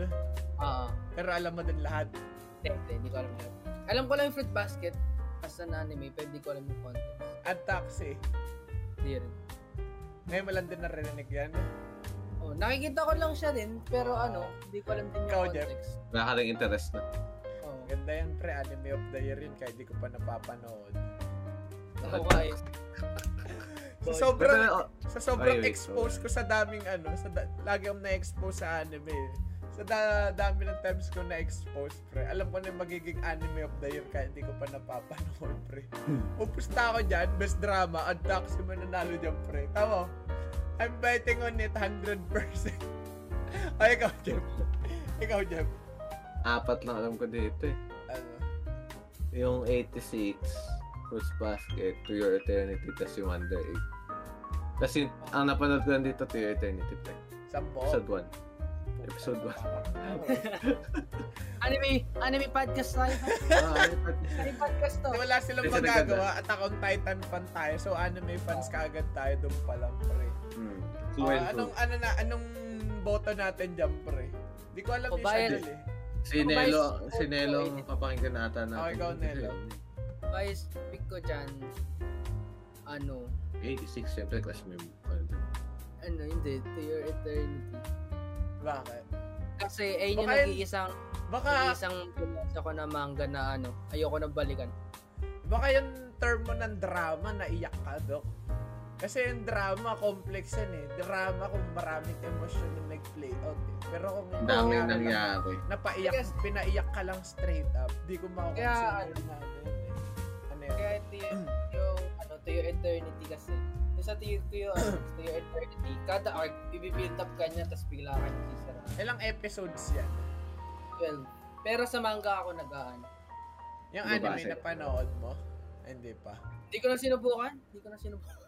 [SPEAKER 3] Oo,
[SPEAKER 2] Pero alam mo din lahat.
[SPEAKER 3] hindi, hindi ko alam yun. Alam ko lang yung Fruit Basket, as an anime, pero hindi ko alam yung contents.
[SPEAKER 2] At Taxi.
[SPEAKER 3] Hindi rin.
[SPEAKER 2] Ngayon mo lang din narinig yan.
[SPEAKER 3] Oh, nakikita ko lang siya din, pero ano, hindi ko alam din yung
[SPEAKER 2] Ikaw, Jeff.
[SPEAKER 3] context.
[SPEAKER 7] Wala ka rin interest na.
[SPEAKER 3] Oh,
[SPEAKER 2] Ganda yan pre. Anime of the year yun kahit di ko pa napapanood.
[SPEAKER 3] ako kaya.
[SPEAKER 2] Sa
[SPEAKER 3] Boy.
[SPEAKER 7] Pero,
[SPEAKER 2] sobrang
[SPEAKER 7] oh,
[SPEAKER 2] sa sobrang
[SPEAKER 7] Ay, wait,
[SPEAKER 2] expose ko sa daming ano, sa da- lagi akong na-expose sa anime. eh. Sa da- dami ng times ko na-expose, pre. Alam ko na yung magiging anime of the year kaya hindi ko pa napapanood, pre.
[SPEAKER 7] Hmm.
[SPEAKER 2] Pupusta ako dyan, best drama, at taxi mo nanalo dyan, pre. Tama, I'm betting on it 100%. Ay, ikaw, Jeff. Ikaw, Jeff.
[SPEAKER 7] apat lang alam ko dito eh.
[SPEAKER 2] Ano?
[SPEAKER 7] Yung 86, Fruits Basket, To Your Eternity, tas yung Under Egg. Tas yun, ang napanood ko lang dito, To Your Eternity, pre.
[SPEAKER 2] Sampo?
[SPEAKER 7] Episode 1. Episode one.
[SPEAKER 3] Anime, anime podcast tayo.
[SPEAKER 7] Ah,
[SPEAKER 2] ano
[SPEAKER 7] apat.
[SPEAKER 3] Anime podcast to.
[SPEAKER 2] Di wala silang
[SPEAKER 7] Isa na
[SPEAKER 2] magagawa. Attack on Titan fan tayo. So, anime fans kaagad tayo doon pa lang, pre.
[SPEAKER 7] Hmm.
[SPEAKER 2] Ah,
[SPEAKER 7] Well,
[SPEAKER 2] anong ano na anong boto natin diyan pre? Hindi ko alam
[SPEAKER 3] O,
[SPEAKER 2] yung
[SPEAKER 3] bayan.
[SPEAKER 2] schedule eh.
[SPEAKER 7] Si
[SPEAKER 3] Ako ba
[SPEAKER 7] Nelo,
[SPEAKER 3] is-
[SPEAKER 7] si Nelo ang papakinggan nata natin.
[SPEAKER 2] Okay, Oh, ikaw, Nelo.
[SPEAKER 3] Guys, pick ko dyan, ano,
[SPEAKER 7] 86, syempre, clash mo yung ano,
[SPEAKER 2] Oh,
[SPEAKER 3] ano, hindi, to your eternity.
[SPEAKER 2] Bakit?
[SPEAKER 3] Kasi ayun yung
[SPEAKER 2] Baka yun-
[SPEAKER 3] nag-iisang,
[SPEAKER 2] Baka
[SPEAKER 3] nag-iisang pinasa ko na manga na ano, ayoko na balikan.
[SPEAKER 2] baka yung term mo ng drama na iyak ka dok. Kasi yung drama complex yan eh. Drama kung maraming emosyon na nag-play out eh. Pero kung
[SPEAKER 7] Ang dami
[SPEAKER 2] nangyari lang,
[SPEAKER 7] nangyari.
[SPEAKER 2] napaiyak,
[SPEAKER 3] Kasi-
[SPEAKER 2] pinaiyak ka lang straight up, di ko makukonsider
[SPEAKER 3] ano,
[SPEAKER 2] na ano yun eh. Ano yun?
[SPEAKER 3] Kaya ito yung, yung ano, to your eternity kasi. Yung sa to your, to your, ano, to your eternity, kada arc, bibuild up ka niya, tapos bigla ka niya sisira.
[SPEAKER 2] Ilang episodes yan?
[SPEAKER 3] 12. Pero sa manga ako nag-aan.
[SPEAKER 2] Yung
[SPEAKER 7] Ano ba,
[SPEAKER 2] anime
[SPEAKER 7] sir?
[SPEAKER 2] na panood mo? Hindi pa.
[SPEAKER 3] Hindi ko na sinubukan, hindi ko na sinubukan.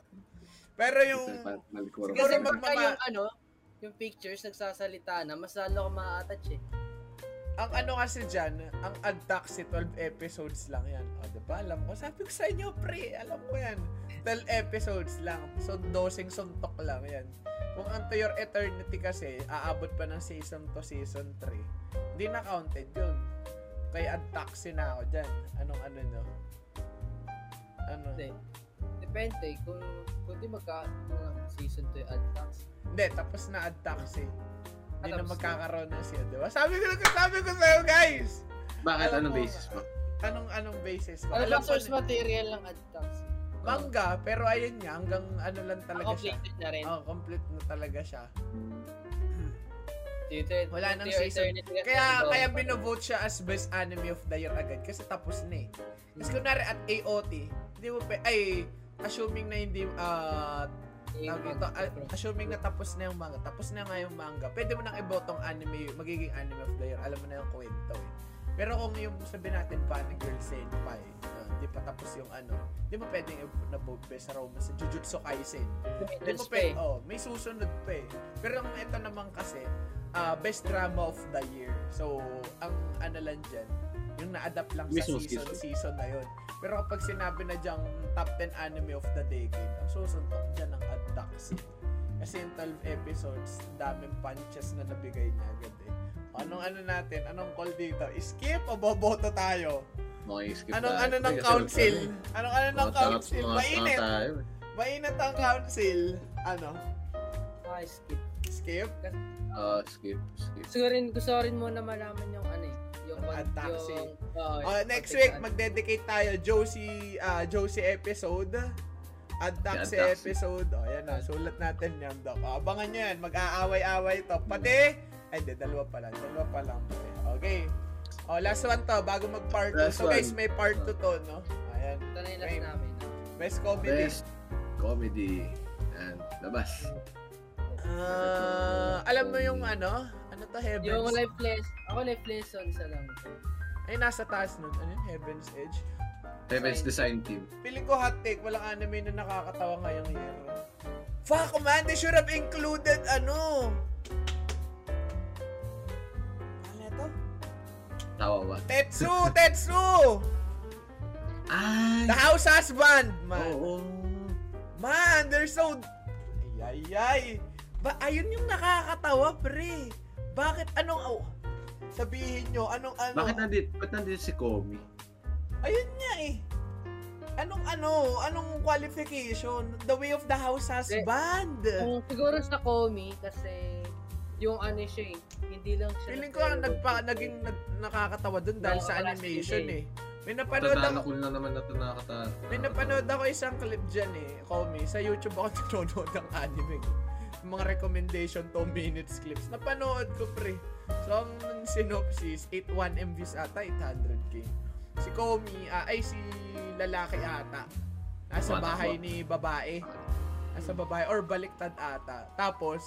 [SPEAKER 2] Pero yung...
[SPEAKER 7] Malikuro.
[SPEAKER 2] Siguro
[SPEAKER 3] Kasi
[SPEAKER 2] mag-
[SPEAKER 3] pagka
[SPEAKER 2] magmama-
[SPEAKER 3] yung ano, yung pictures nagsasalita na, mas lalo ako ma-attach eh.
[SPEAKER 2] Ang ano kasi dyan, ang ad taxi, 12 episodes lang yan. O, diba? Alam ko, sabi ko sa inyo, pre, alam ko yan. 12 episodes lang. So, dosing suntok lang yan. Kung ang To Your Eternity kasi, aabot pa ng season to season 3. Hindi na counted yun. Kaya ad taxi na ako dyan. Anong ano no? Ano?
[SPEAKER 3] Hindi. Depende kung kung di magka kung season 2 yung advance.
[SPEAKER 2] Hindi, tapos na ad taxi. Hindi na
[SPEAKER 3] Tapos na.
[SPEAKER 2] magkakaroon na siya, diba? Sabi ko, sabi ko sa'yo, guys!
[SPEAKER 7] Bakit?
[SPEAKER 2] Alam
[SPEAKER 7] Anong
[SPEAKER 2] ko-
[SPEAKER 7] basis mo?
[SPEAKER 2] Anong anong basis? ko?
[SPEAKER 3] Ano
[SPEAKER 2] Alam
[SPEAKER 3] lang
[SPEAKER 2] ko
[SPEAKER 3] source
[SPEAKER 2] na-
[SPEAKER 3] material ng advance?
[SPEAKER 2] manga, pero ayun nga, hanggang ano lang talaga siya.
[SPEAKER 3] Completed na rin.
[SPEAKER 2] Oh, complete na talaga siya.
[SPEAKER 3] Tutor,
[SPEAKER 2] Wala nang season. Kaya kaya binovote siya as best anime of the year agad kasi tapos na eh. Kasi kunwari at AOT, hindi mo pa, ay, assuming na hindi, ah, tawag dito,
[SPEAKER 3] ano.
[SPEAKER 2] ah, assuming na tapos na yung manga, tapos na nga yung manga, pwede mo nang ibotong anime, magiging anime of the year, alam mo na yung kwento eh. Pero kung yung sabi natin, Bunny Girl Senpai, ah, hindi pa tapos yung ano, hindi mo pwedeng i- na-vote pa sa romance, sa Jujutsu Kaisen. Hindi mo pwede, oh, may susunod pa eh. Pero ang ito naman kasi, ah, best drama of the year. So, ang ano lang dyan, yung na-adapt lang sa
[SPEAKER 7] Mismo,
[SPEAKER 2] season,
[SPEAKER 7] season.
[SPEAKER 2] season na yun. Pero kapag sinabi na dyang top 10 anime of the decade, ang susuntok dyan ang Ad Taxi. Kasi yung 12 episodes, daming punches na nabigay niya agad eh. Anong ano natin? Anong call dito? Skip o boboto tayo?
[SPEAKER 7] Okay, Oh, skip
[SPEAKER 2] Anong
[SPEAKER 7] tayo.
[SPEAKER 2] ano ng
[SPEAKER 7] Kasi-
[SPEAKER 2] council? Anong ano ng
[SPEAKER 7] Mga tanga- mga
[SPEAKER 2] council?
[SPEAKER 7] tanga
[SPEAKER 2] Mainit!
[SPEAKER 7] tayo.
[SPEAKER 2] Mainit ang council. Ano?
[SPEAKER 3] Ah, skip.
[SPEAKER 2] Skip?
[SPEAKER 7] Ah, skip, skip.
[SPEAKER 3] Siguro rin, gusto ko rin muna malaman yung ano eh, Yung,
[SPEAKER 2] At taxi.
[SPEAKER 3] yung- oo,
[SPEAKER 2] Oh, next week, mag-dedicate tayo Josie, ah, Josie episode. Ad taxi
[SPEAKER 1] Ad taxi.
[SPEAKER 2] episode. Oh, yan na. Sulat natin yan, Doc. Oh, abangan nyo yan. Mag-aaway-away to. Pati, ay, di, dalawa pa lang. Dalawa pa lang. pare. Okay. Oh, last one to, bago mag-part 2.
[SPEAKER 1] Last
[SPEAKER 2] So, guys,
[SPEAKER 1] one.
[SPEAKER 2] may part 2 to, no? Ayan.
[SPEAKER 3] Ito na yung last
[SPEAKER 2] Right.
[SPEAKER 3] namin.
[SPEAKER 2] Best comedy.
[SPEAKER 1] Best comedy and labas.
[SPEAKER 2] Ah, alam mo yung ano? Ano to,
[SPEAKER 3] Yung
[SPEAKER 2] Heavens?
[SPEAKER 3] life lesson, ako life lessons, alam ko.
[SPEAKER 2] Ay, nasa taas nun. Ano yun? Heaven's Edge?
[SPEAKER 1] Heaven's Design Team.
[SPEAKER 2] Feeling ko hot take, walang anime na nakakatawa ngayong year. Fuck man, they should have included ano. Ano ito?
[SPEAKER 1] Tawa ba?
[SPEAKER 2] Tetsu! Tetsu!
[SPEAKER 1] Ay!
[SPEAKER 2] The House Husband! Man,
[SPEAKER 1] Ah! Oo.
[SPEAKER 2] man they're so... Ay, ay, ay. Ba, ayun yung nakakatawa, pre. Bakit, anong... Oh, sabihin nyo, anong ano...
[SPEAKER 1] Bakit nandito, ba't nandito si Komi?
[SPEAKER 2] Ayun nga eh. Anong ano, anong qualification? The way of the house
[SPEAKER 1] Eh,
[SPEAKER 2] husband.
[SPEAKER 3] Kung siguro sa Komi, kasi yung ano siya eh, hindi lang siya.
[SPEAKER 2] Feeling ko ang nagpa, naging nag, nakakatawa dun dahil sa
[SPEAKER 3] Nakakatawa
[SPEAKER 2] animation
[SPEAKER 3] sila
[SPEAKER 2] eh. May
[SPEAKER 1] Ito
[SPEAKER 2] napanood ako,
[SPEAKER 1] nanakul na naman na ito nakakata.
[SPEAKER 2] may napanood ako isang clip dyan eh, Komi. Sa YouTube ako nanonood ng anime. Yung Mga recommendation 2 minutes clips. Napanood ko pre. So ang synopsis, 81 MVs ata, 800k. Si Komi, ah, ay si lalaki ata. Nasa
[SPEAKER 1] Ano,
[SPEAKER 2] bahay
[SPEAKER 1] ano?
[SPEAKER 2] ni babae. Nasa babae or baliktad ata. Tapos,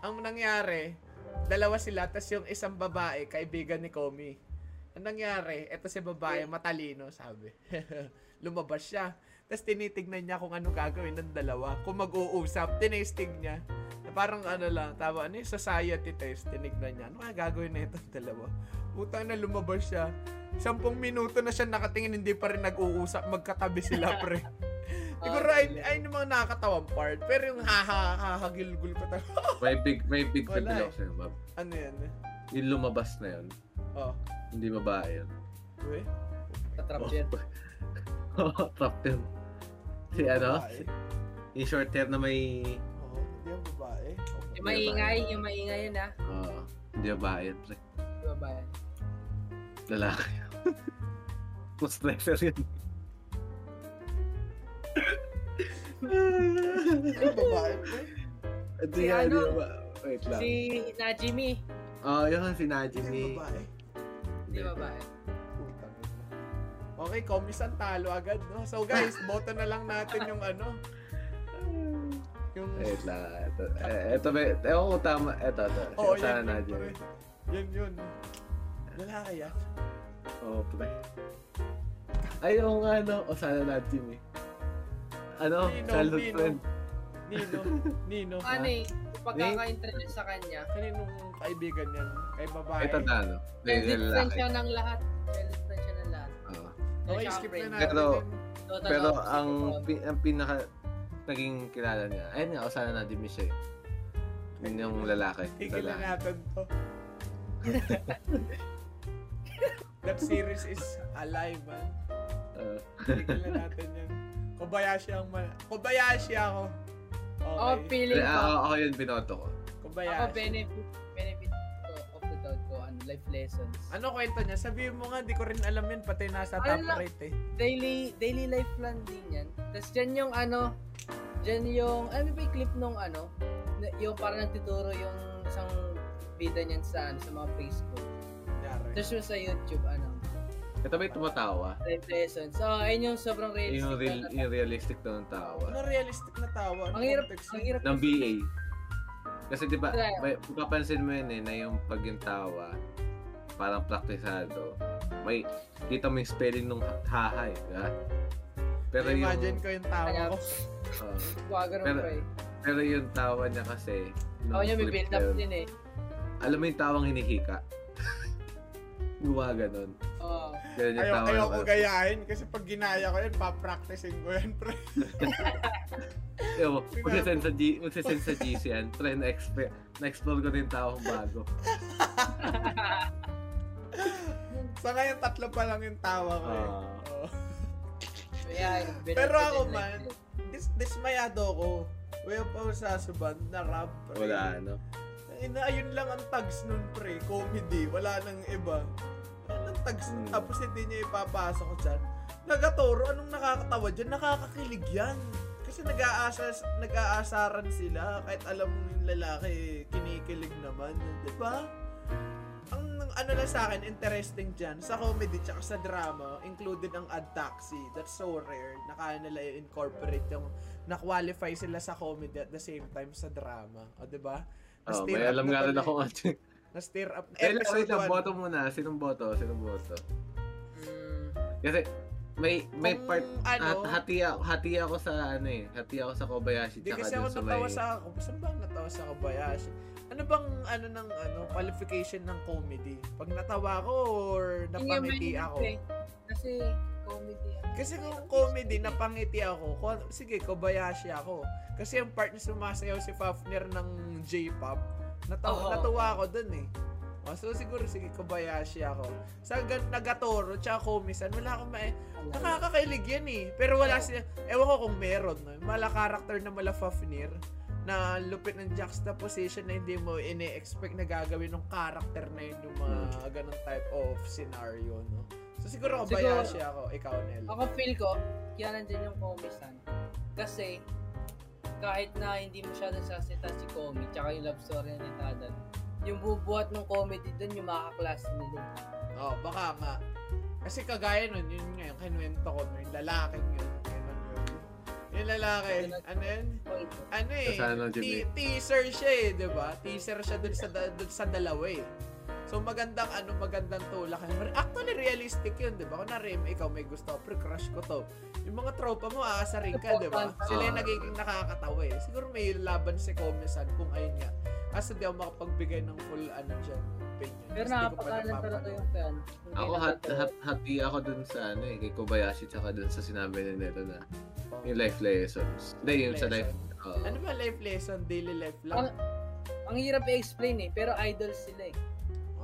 [SPEAKER 2] ang nangyari, dalawa sila, tapos yung isang babae, kaibigan ni Komi. Ang nangyari, eto si babae, matalino, sabi. Lumabas siya. Tapos tinitignan niya kung ano gagawin ng dalawa. Kung mag-uusap, tinesting niya. Na Parang ano lang, tama, ano yung society test, tinignan niya. Ano nga gagawin na itong dalawa? Putang na lumabas siya. Sampung minuto na siya nakatingin, hindi pa rin nag-uusap. Magkatabi sila, pre.
[SPEAKER 3] Oh,
[SPEAKER 2] Siguro ay,
[SPEAKER 3] Ah,
[SPEAKER 2] ay yung mga nakakatawang part. Pero yung haha-haha-gilgul ko talaga.
[SPEAKER 1] May big, may big
[SPEAKER 2] Wala
[SPEAKER 1] reveal
[SPEAKER 2] eh.
[SPEAKER 1] ako sa'yo, Bob.
[SPEAKER 2] Ano yan?
[SPEAKER 1] Yung lumabas na yun,
[SPEAKER 2] Oh,
[SPEAKER 1] hindi babae yun.
[SPEAKER 2] we?
[SPEAKER 1] Oh,
[SPEAKER 3] Tatrap yun.
[SPEAKER 1] Oo, trap yun. Si ano?
[SPEAKER 2] Babae?
[SPEAKER 1] Yung short hair na may...
[SPEAKER 2] Oo, Oh, hindi yung babae. Oh,
[SPEAKER 3] Yung maingay, yung maingay yun ah.
[SPEAKER 1] Oo, hindi babae yun. pre.
[SPEAKER 3] Diba ba?
[SPEAKER 1] Lalaki yun. Mas lesser yun.
[SPEAKER 2] Yung babae, pre.
[SPEAKER 1] Ito
[SPEAKER 3] Si
[SPEAKER 1] yan,
[SPEAKER 3] ano?
[SPEAKER 1] yung ba- Wait lang.
[SPEAKER 3] Si Najimi,
[SPEAKER 1] Oo, yun, si
[SPEAKER 2] Yung
[SPEAKER 1] Najimi.
[SPEAKER 2] babae.
[SPEAKER 3] hindi ba ba?
[SPEAKER 2] Putang ina. Okay, komis ang talo agad, no? So guys, boto na lang natin yung ano. Yung...
[SPEAKER 1] Wait lang. Ito, eh, ito may... Ewan ko tama. Ito, ito.
[SPEAKER 2] Oo,
[SPEAKER 1] Sana
[SPEAKER 2] yan, oh, yun,
[SPEAKER 1] Najimi.
[SPEAKER 2] pre. Yan yun. Lalaki yan.
[SPEAKER 1] Oo, pre. Ay, oo nga, no. O sana Najimi. Ano?
[SPEAKER 2] Nino,
[SPEAKER 1] Childhood
[SPEAKER 2] Nino.
[SPEAKER 1] friend.
[SPEAKER 2] Nino. Nino.
[SPEAKER 3] Ano eh, yung pagkaka-interest sa kanya,
[SPEAKER 2] Kaninong kaibigan yan? Kay babae?
[SPEAKER 1] Ito na, no. May
[SPEAKER 3] Well, different
[SPEAKER 1] lalaki.
[SPEAKER 3] siya ng lahat. Well, different siya ng lahat.
[SPEAKER 1] Oo.
[SPEAKER 2] Okay, skip Oh, na natin.
[SPEAKER 1] Pero,
[SPEAKER 2] yun.
[SPEAKER 3] Total
[SPEAKER 1] Pero
[SPEAKER 3] opposite
[SPEAKER 1] ang,
[SPEAKER 3] of-
[SPEAKER 1] pi- ang pinaka naging kilala niya, ayun nga, o sana Najimi siya eh. Yun yung lalaki.
[SPEAKER 2] Tigil na
[SPEAKER 1] Lalaki.
[SPEAKER 2] natin to. That series is alive, man.
[SPEAKER 1] Oo.
[SPEAKER 2] Tigil na natin yan. Kobayashi ang mal... Kobayashi ako.
[SPEAKER 3] Ako
[SPEAKER 2] Okay.
[SPEAKER 3] feeling
[SPEAKER 1] Ah,
[SPEAKER 3] ko,
[SPEAKER 1] ako- ako yun, binoto ko.
[SPEAKER 3] ako
[SPEAKER 2] Kobayashi.
[SPEAKER 3] benefit, benefit ko of the doubt ko, ano, life lessons.
[SPEAKER 2] Ano kwento niya? Sabihin mo nga, di ko rin alam yun. Pati nasa
[SPEAKER 3] Ano
[SPEAKER 2] top
[SPEAKER 3] lang?
[SPEAKER 2] rate eh.
[SPEAKER 3] Daily, daily life plan din yan. Tapos dyan yung ano, dyan yung, ano ba yung clip nung ano, na- yung parang nagtuturo yung isang bida niyan sa, ano, sa mga Facebook.
[SPEAKER 2] Nangyari.
[SPEAKER 3] Tapos yung sa YouTube, ano,
[SPEAKER 1] Ito may tumatawa.
[SPEAKER 3] life lessons. Oh, ayun yung sobrang realistic.
[SPEAKER 1] Yung, real,
[SPEAKER 3] na-
[SPEAKER 1] yung realistic daw ng tawa.
[SPEAKER 2] Ano realistic na tawa?
[SPEAKER 3] ang hirap,
[SPEAKER 2] Context
[SPEAKER 3] ang
[SPEAKER 2] yun.
[SPEAKER 3] hirap.
[SPEAKER 1] Ng BA. Kasi di ba,
[SPEAKER 3] Right.
[SPEAKER 1] may papansin mo yun eh, na yung pag yung tawa, parang praktisado, may, kita mo yung spelling nung haha eh, ha? Pero yung,
[SPEAKER 2] Imagine ko yung tawa ko.
[SPEAKER 1] oo.
[SPEAKER 3] Wag ganun
[SPEAKER 1] Pero-
[SPEAKER 3] pa eh.
[SPEAKER 1] pero yung tawa niya kasi, nung
[SPEAKER 3] Ako niya may
[SPEAKER 1] clip
[SPEAKER 3] build
[SPEAKER 1] na
[SPEAKER 3] up
[SPEAKER 1] yun,
[SPEAKER 3] din eh.
[SPEAKER 1] alam mo yung tawang hinihika? Gawa ganun.
[SPEAKER 3] Oo.
[SPEAKER 1] Ganun yung
[SPEAKER 2] Ayaw,
[SPEAKER 1] tawa.
[SPEAKER 2] ayaw
[SPEAKER 1] ng-
[SPEAKER 2] ko gayahin kasi pag ginaya ko yun, papracticing ko yun, pre.
[SPEAKER 1] Ayaw mo, magsisend sa, G, magsisend sa GC yan. Try na explore, na-explore ko din yung tawang bago.
[SPEAKER 2] Sa ngayon, tatlo pa lang yung tawa ko eh.
[SPEAKER 1] Ah.
[SPEAKER 2] Oo.
[SPEAKER 3] Yeah,
[SPEAKER 2] Pero ako
[SPEAKER 3] eh.
[SPEAKER 2] man, dis dismayado ako. Way of Our Sasuban, na rap, pre.
[SPEAKER 1] Wala, ano?
[SPEAKER 2] Eh, Ang Ina, ayun lang ang tags nun, pre. Comedy. Wala nang iba. yung tags,
[SPEAKER 1] Hmm.
[SPEAKER 2] tapos hindi niya ipapasok ko dyan. Nagatoro, anong nakakatawa dyan? Nakakakilig yan. Kasi nag-aasas, nag-aasaran sila kahit alam mo yung lalaki, kinikilig naman. Di ba? Ang ang ano lang sa akin, interesting dyan, sa comedy tsaka sa drama, included ang ad taxi. That's so rare na kaya nila i-incorporate yung na-qualify sila sa comedy at the same time sa drama. O, di ba?
[SPEAKER 7] Oh,
[SPEAKER 2] Na-stir
[SPEAKER 7] may
[SPEAKER 2] up
[SPEAKER 7] alam
[SPEAKER 2] na
[SPEAKER 7] nga rin
[SPEAKER 2] tuloy.
[SPEAKER 7] ako. Wait
[SPEAKER 2] Na-stir up.
[SPEAKER 7] lang, wait lang.
[SPEAKER 2] one.
[SPEAKER 7] Boto muna. Sinong boto? Sinong boto?
[SPEAKER 2] Mm,
[SPEAKER 7] Kasi may may
[SPEAKER 2] Kung
[SPEAKER 7] part at
[SPEAKER 2] ano?
[SPEAKER 7] hati ako, hati ako sa ano eh. Hati ako sa Kobayashi
[SPEAKER 2] Hindi
[SPEAKER 7] tsaka
[SPEAKER 2] kasi
[SPEAKER 7] dun
[SPEAKER 2] ako
[SPEAKER 7] sa may
[SPEAKER 2] natawa sa ako. Saan ba ang natawa sa Kobayashi? Ano bang ano ng ano qualification ng comedy? Pag natawa ako or napangiti ako.
[SPEAKER 3] Kasi comedy. ano,
[SPEAKER 2] Kasi kung
[SPEAKER 3] parang
[SPEAKER 2] comedy,
[SPEAKER 3] isipin.
[SPEAKER 2] napangiti ako. Ko- Sige, Kobayashi ako. Kasi yung part na sumasayaw si Fafner ng J-pop, natawa,
[SPEAKER 3] Oo.
[SPEAKER 2] natuwa ako dun eh. O, so siguro, sige, Kobayashi ako. Sa gan- Nagatoro, tsaka Komisan, wala akong ma- Nakakakilig yan eh. Pero wala siya. Ewan ko kung meron. No? Mala character na mala Fafnir na lupit ng juxtaposition na hindi mo ine-expect na gagawin ng character na yun yung mga ganun type of scenario, no? So siguro ako
[SPEAKER 3] Siguro-
[SPEAKER 2] bayashi ako, ikaw, Nel.
[SPEAKER 3] Ako feel ko, kaya nandyan yung komisan. Kasi, kahit na hindi masyadong sasita si Komi, tsaka yung love story ni Tadan, yung bubuhat ng comedy dun, yung makakaklase nila.
[SPEAKER 2] Oh, baka nga. Kasi kagaya nun, yun nga yung kinuwento ko, no, yung lalaking yun. Ganun yun. Yung lalaki, ano yun? Ano eh,
[SPEAKER 7] Sa ano,
[SPEAKER 2] te-
[SPEAKER 7] Jimmy?
[SPEAKER 2] teaser siya eh, di ba? Teaser siya dun sa, da- dun sa dalawa eh. So magandang ano, magandang tulak. Actually, realistic yun, di ba? Kung narim, ikaw may gusto, pre crush ko to. Yung mga tropa mo, aasarin ka, di ba? Sila yung nagiging nakakatawa eh. Siguro may laban si Komisan kung ayun nga. Kaso di ako makapagbigay ng full ano dyan, opinion.
[SPEAKER 3] Pero
[SPEAKER 2] Kasi di ko pa
[SPEAKER 3] napakaalan talaga
[SPEAKER 2] napapanood.
[SPEAKER 3] yung fan.
[SPEAKER 7] Ako hat, hat, hati ako dun sa ano eh, kay Kobayashi tsaka dun sa sinabi ni Neto na yung life lessons. Hindi, yung sa life.
[SPEAKER 2] Lesson.
[SPEAKER 7] oo.
[SPEAKER 2] Ano ba life lesson? Daily life lang?
[SPEAKER 3] Ang hirap i-explain eh, pero idol sila eh.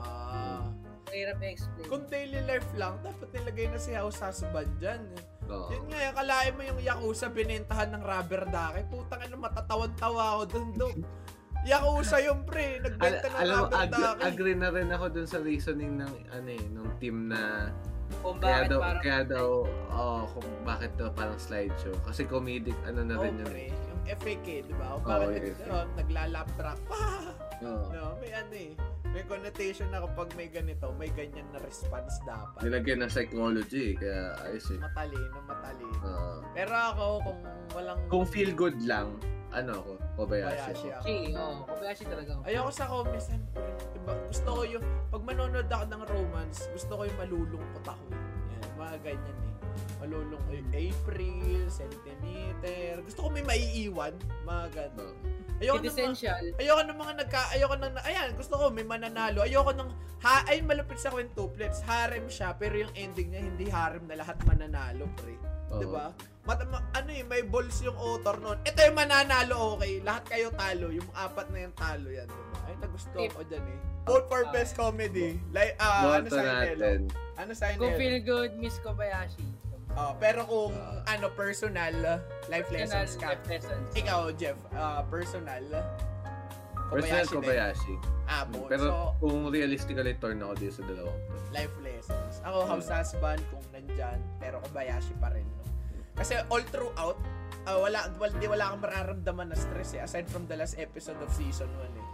[SPEAKER 2] Ah.
[SPEAKER 3] Ang hirap i-explain.
[SPEAKER 2] Kung daily life lang, dapat nilagay na si House Husband dyan.
[SPEAKER 7] Oo.
[SPEAKER 2] Yun nga, akalain mo yung Yakuza binentahan ng rubber ducky. Putang ina, matatawan-tawa ako dun, Dok. Yakuza yung pre,
[SPEAKER 7] Al-
[SPEAKER 2] nagbenta ng
[SPEAKER 7] alam mo,
[SPEAKER 2] rubber
[SPEAKER 7] agree,
[SPEAKER 2] ducky.
[SPEAKER 7] agree na rin ako dun sa reasoning ng ano eh, ng team na
[SPEAKER 3] Kung
[SPEAKER 7] kaya
[SPEAKER 3] bakit
[SPEAKER 7] daw,
[SPEAKER 3] parang...
[SPEAKER 7] kaya daw, oh, kung bakit daw parang slideshow. Kasi comedic, ano na
[SPEAKER 2] Oo,
[SPEAKER 7] rin yun
[SPEAKER 2] Oh, pre.
[SPEAKER 7] eh.
[SPEAKER 2] Yung FAK, di ba? O
[SPEAKER 7] Oo, yung
[SPEAKER 2] bakit nag-
[SPEAKER 7] FAK.
[SPEAKER 2] yun, naglalap track.
[SPEAKER 7] Oo.
[SPEAKER 2] no, may ano eh. May connotation na kapag may ganito, may ganyan na response dapat.
[SPEAKER 7] Nilagyan ng psychology, eh, kaya ayos eh.
[SPEAKER 2] Matalino, matalino.
[SPEAKER 7] Oo.
[SPEAKER 2] Pero ako, kung walang...
[SPEAKER 7] kung feel good lang, ano ako, Kobayashi
[SPEAKER 2] Kobayashi
[SPEAKER 7] ako.
[SPEAKER 2] ako.
[SPEAKER 3] Actually, oo. Kobayashi talaga. ako.
[SPEAKER 2] Ayoko sa komisan. Diba? Gusto ko yung, pag manonood ako ng romance, gusto ko yung malulungkot ako. eh. Yan, mga ganyan eh. Malulungkot yung April, Centimeter. Gusto ko may maiiwan. Mga ganun.
[SPEAKER 7] Oo.
[SPEAKER 2] Ayoko
[SPEAKER 3] It
[SPEAKER 2] ng mga,
[SPEAKER 3] essential.
[SPEAKER 2] ayoko ng mga nagka, ayoko ng, ayan, gusto ko may mananalo. Ayoko ng, ha, ayun malupit sa quintuplets. Harem siya, pero yung ending niya hindi harem na lahat mananalo, pre.
[SPEAKER 7] Oo.
[SPEAKER 2] Diba? Mat- ma- ano eh, may balls yung author nun. Ito yung mananalo, okay? Lahat kayo talo. Yung apat na yung talo yan, diba? Ay, nagusto
[SPEAKER 3] Tip.
[SPEAKER 2] ko dyan eh. Vote for
[SPEAKER 3] Ah.
[SPEAKER 2] best comedy. Like, ah, ano
[SPEAKER 7] Boto
[SPEAKER 2] sa
[SPEAKER 7] natin.
[SPEAKER 2] inyo? Ano sa
[SPEAKER 3] Kung
[SPEAKER 2] inyo?
[SPEAKER 3] feel good, Miss Kobayashi.
[SPEAKER 2] Oh, pero kung
[SPEAKER 7] Ah.
[SPEAKER 2] ano, personal, life lessons ka.
[SPEAKER 3] Lessons.
[SPEAKER 2] Ikaw, Jeff, ah, personal.
[SPEAKER 7] Personal Kobayashi.
[SPEAKER 2] Kobayashi din. Ah, vote.
[SPEAKER 7] Pero
[SPEAKER 2] so,
[SPEAKER 7] kung realistically, torn ako dito sa dalawang to.
[SPEAKER 2] life lessons. Ako, house husband, kung nandyan, pero Kobayashi pa rin. No? Kasi all throughout, ah, wala, wala, di wala akong mararamdaman na stress eh. Aside from the last episode of season 1 eh.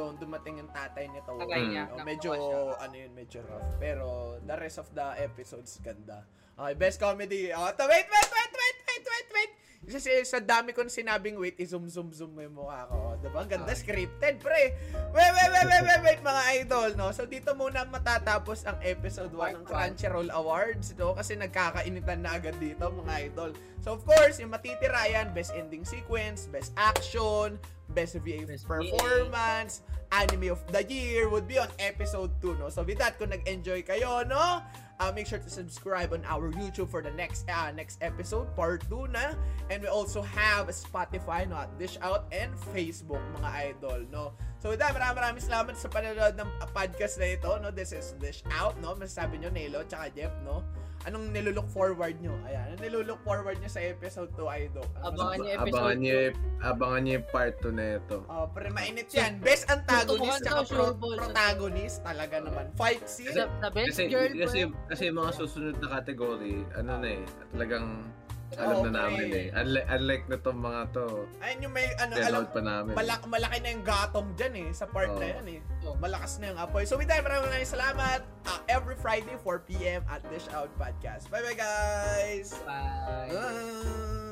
[SPEAKER 2] Yung dumating yung tatay nito.
[SPEAKER 3] Tagay niya.
[SPEAKER 2] Oh,
[SPEAKER 3] nakuha
[SPEAKER 2] medyo,
[SPEAKER 3] siya.
[SPEAKER 2] ano yun, medyo rough. Pero, the rest of the episodes, ganda. Okay, best comedy. Oh, to, wait, wait, wait, wait, wait, wait, wait. Kasi sa dami kong sinabing wait, i-zoom, zoom, zoom mo yung mukha ko. Oh, diba? Ang ganda, scripted, pre. Wait, wait, wait, wait, wait, wait, mga idol, no? So, dito muna matatapos ang episode 1 ng Crunchyroll Awards, no? Kasi nagkakainitan na agad dito, mga idol. So, of course, yung matitira yan, best ending sequence, best action, best VA
[SPEAKER 3] Best
[SPEAKER 2] performance, anime of the year would be on episode 2, no? So with that, kung nag-enjoy kayo, no? Uh, make sure to subscribe on our YouTube for the next uh, next episode, part 2 na. And we also have Spotify, no? At Dish Out and Facebook, mga idol, no? So with that, maraming maraming salamat sa panonood ng uh, podcast na ito, no? This is Dish Out, no? Masasabi nyo, Nelo, tsaka Jeff, no? Anong nilulook forward nyo? Ayan, anong nilulook forward nyo sa episode 2, Idol? Ano
[SPEAKER 3] Abangan niyo episode
[SPEAKER 1] abangan niyo,
[SPEAKER 3] two.
[SPEAKER 1] yung- abangan niyo yung part 2 na ito.
[SPEAKER 2] Oh, pero mainit yan. Best antagonist
[SPEAKER 3] Tutubukan
[SPEAKER 2] tsaka
[SPEAKER 3] daw,
[SPEAKER 2] pro-
[SPEAKER 3] sure ball.
[SPEAKER 2] protagonist talaga naman. Fight
[SPEAKER 3] The,
[SPEAKER 2] scene.
[SPEAKER 3] the best
[SPEAKER 1] Kasi,
[SPEAKER 3] girl
[SPEAKER 1] kasi, kasi yung mga susunod na category, ano na eh, talagang alam na
[SPEAKER 2] Okay.
[SPEAKER 1] namin eh. Unlike, unlike na tong mga to,
[SPEAKER 2] Ayun yung may ano, alam,
[SPEAKER 1] download pa namin.
[SPEAKER 2] malak, malaki na yung gatong dyan eh, sa part
[SPEAKER 1] Oo.
[SPEAKER 2] na yan eh.
[SPEAKER 3] Oo.
[SPEAKER 2] Malakas na yung apoy. So with that, maraming maraming salamat. Ah, every Friday, 4pm at Dish Out Podcast. Bye-bye guys!
[SPEAKER 3] Bye.
[SPEAKER 2] Bye.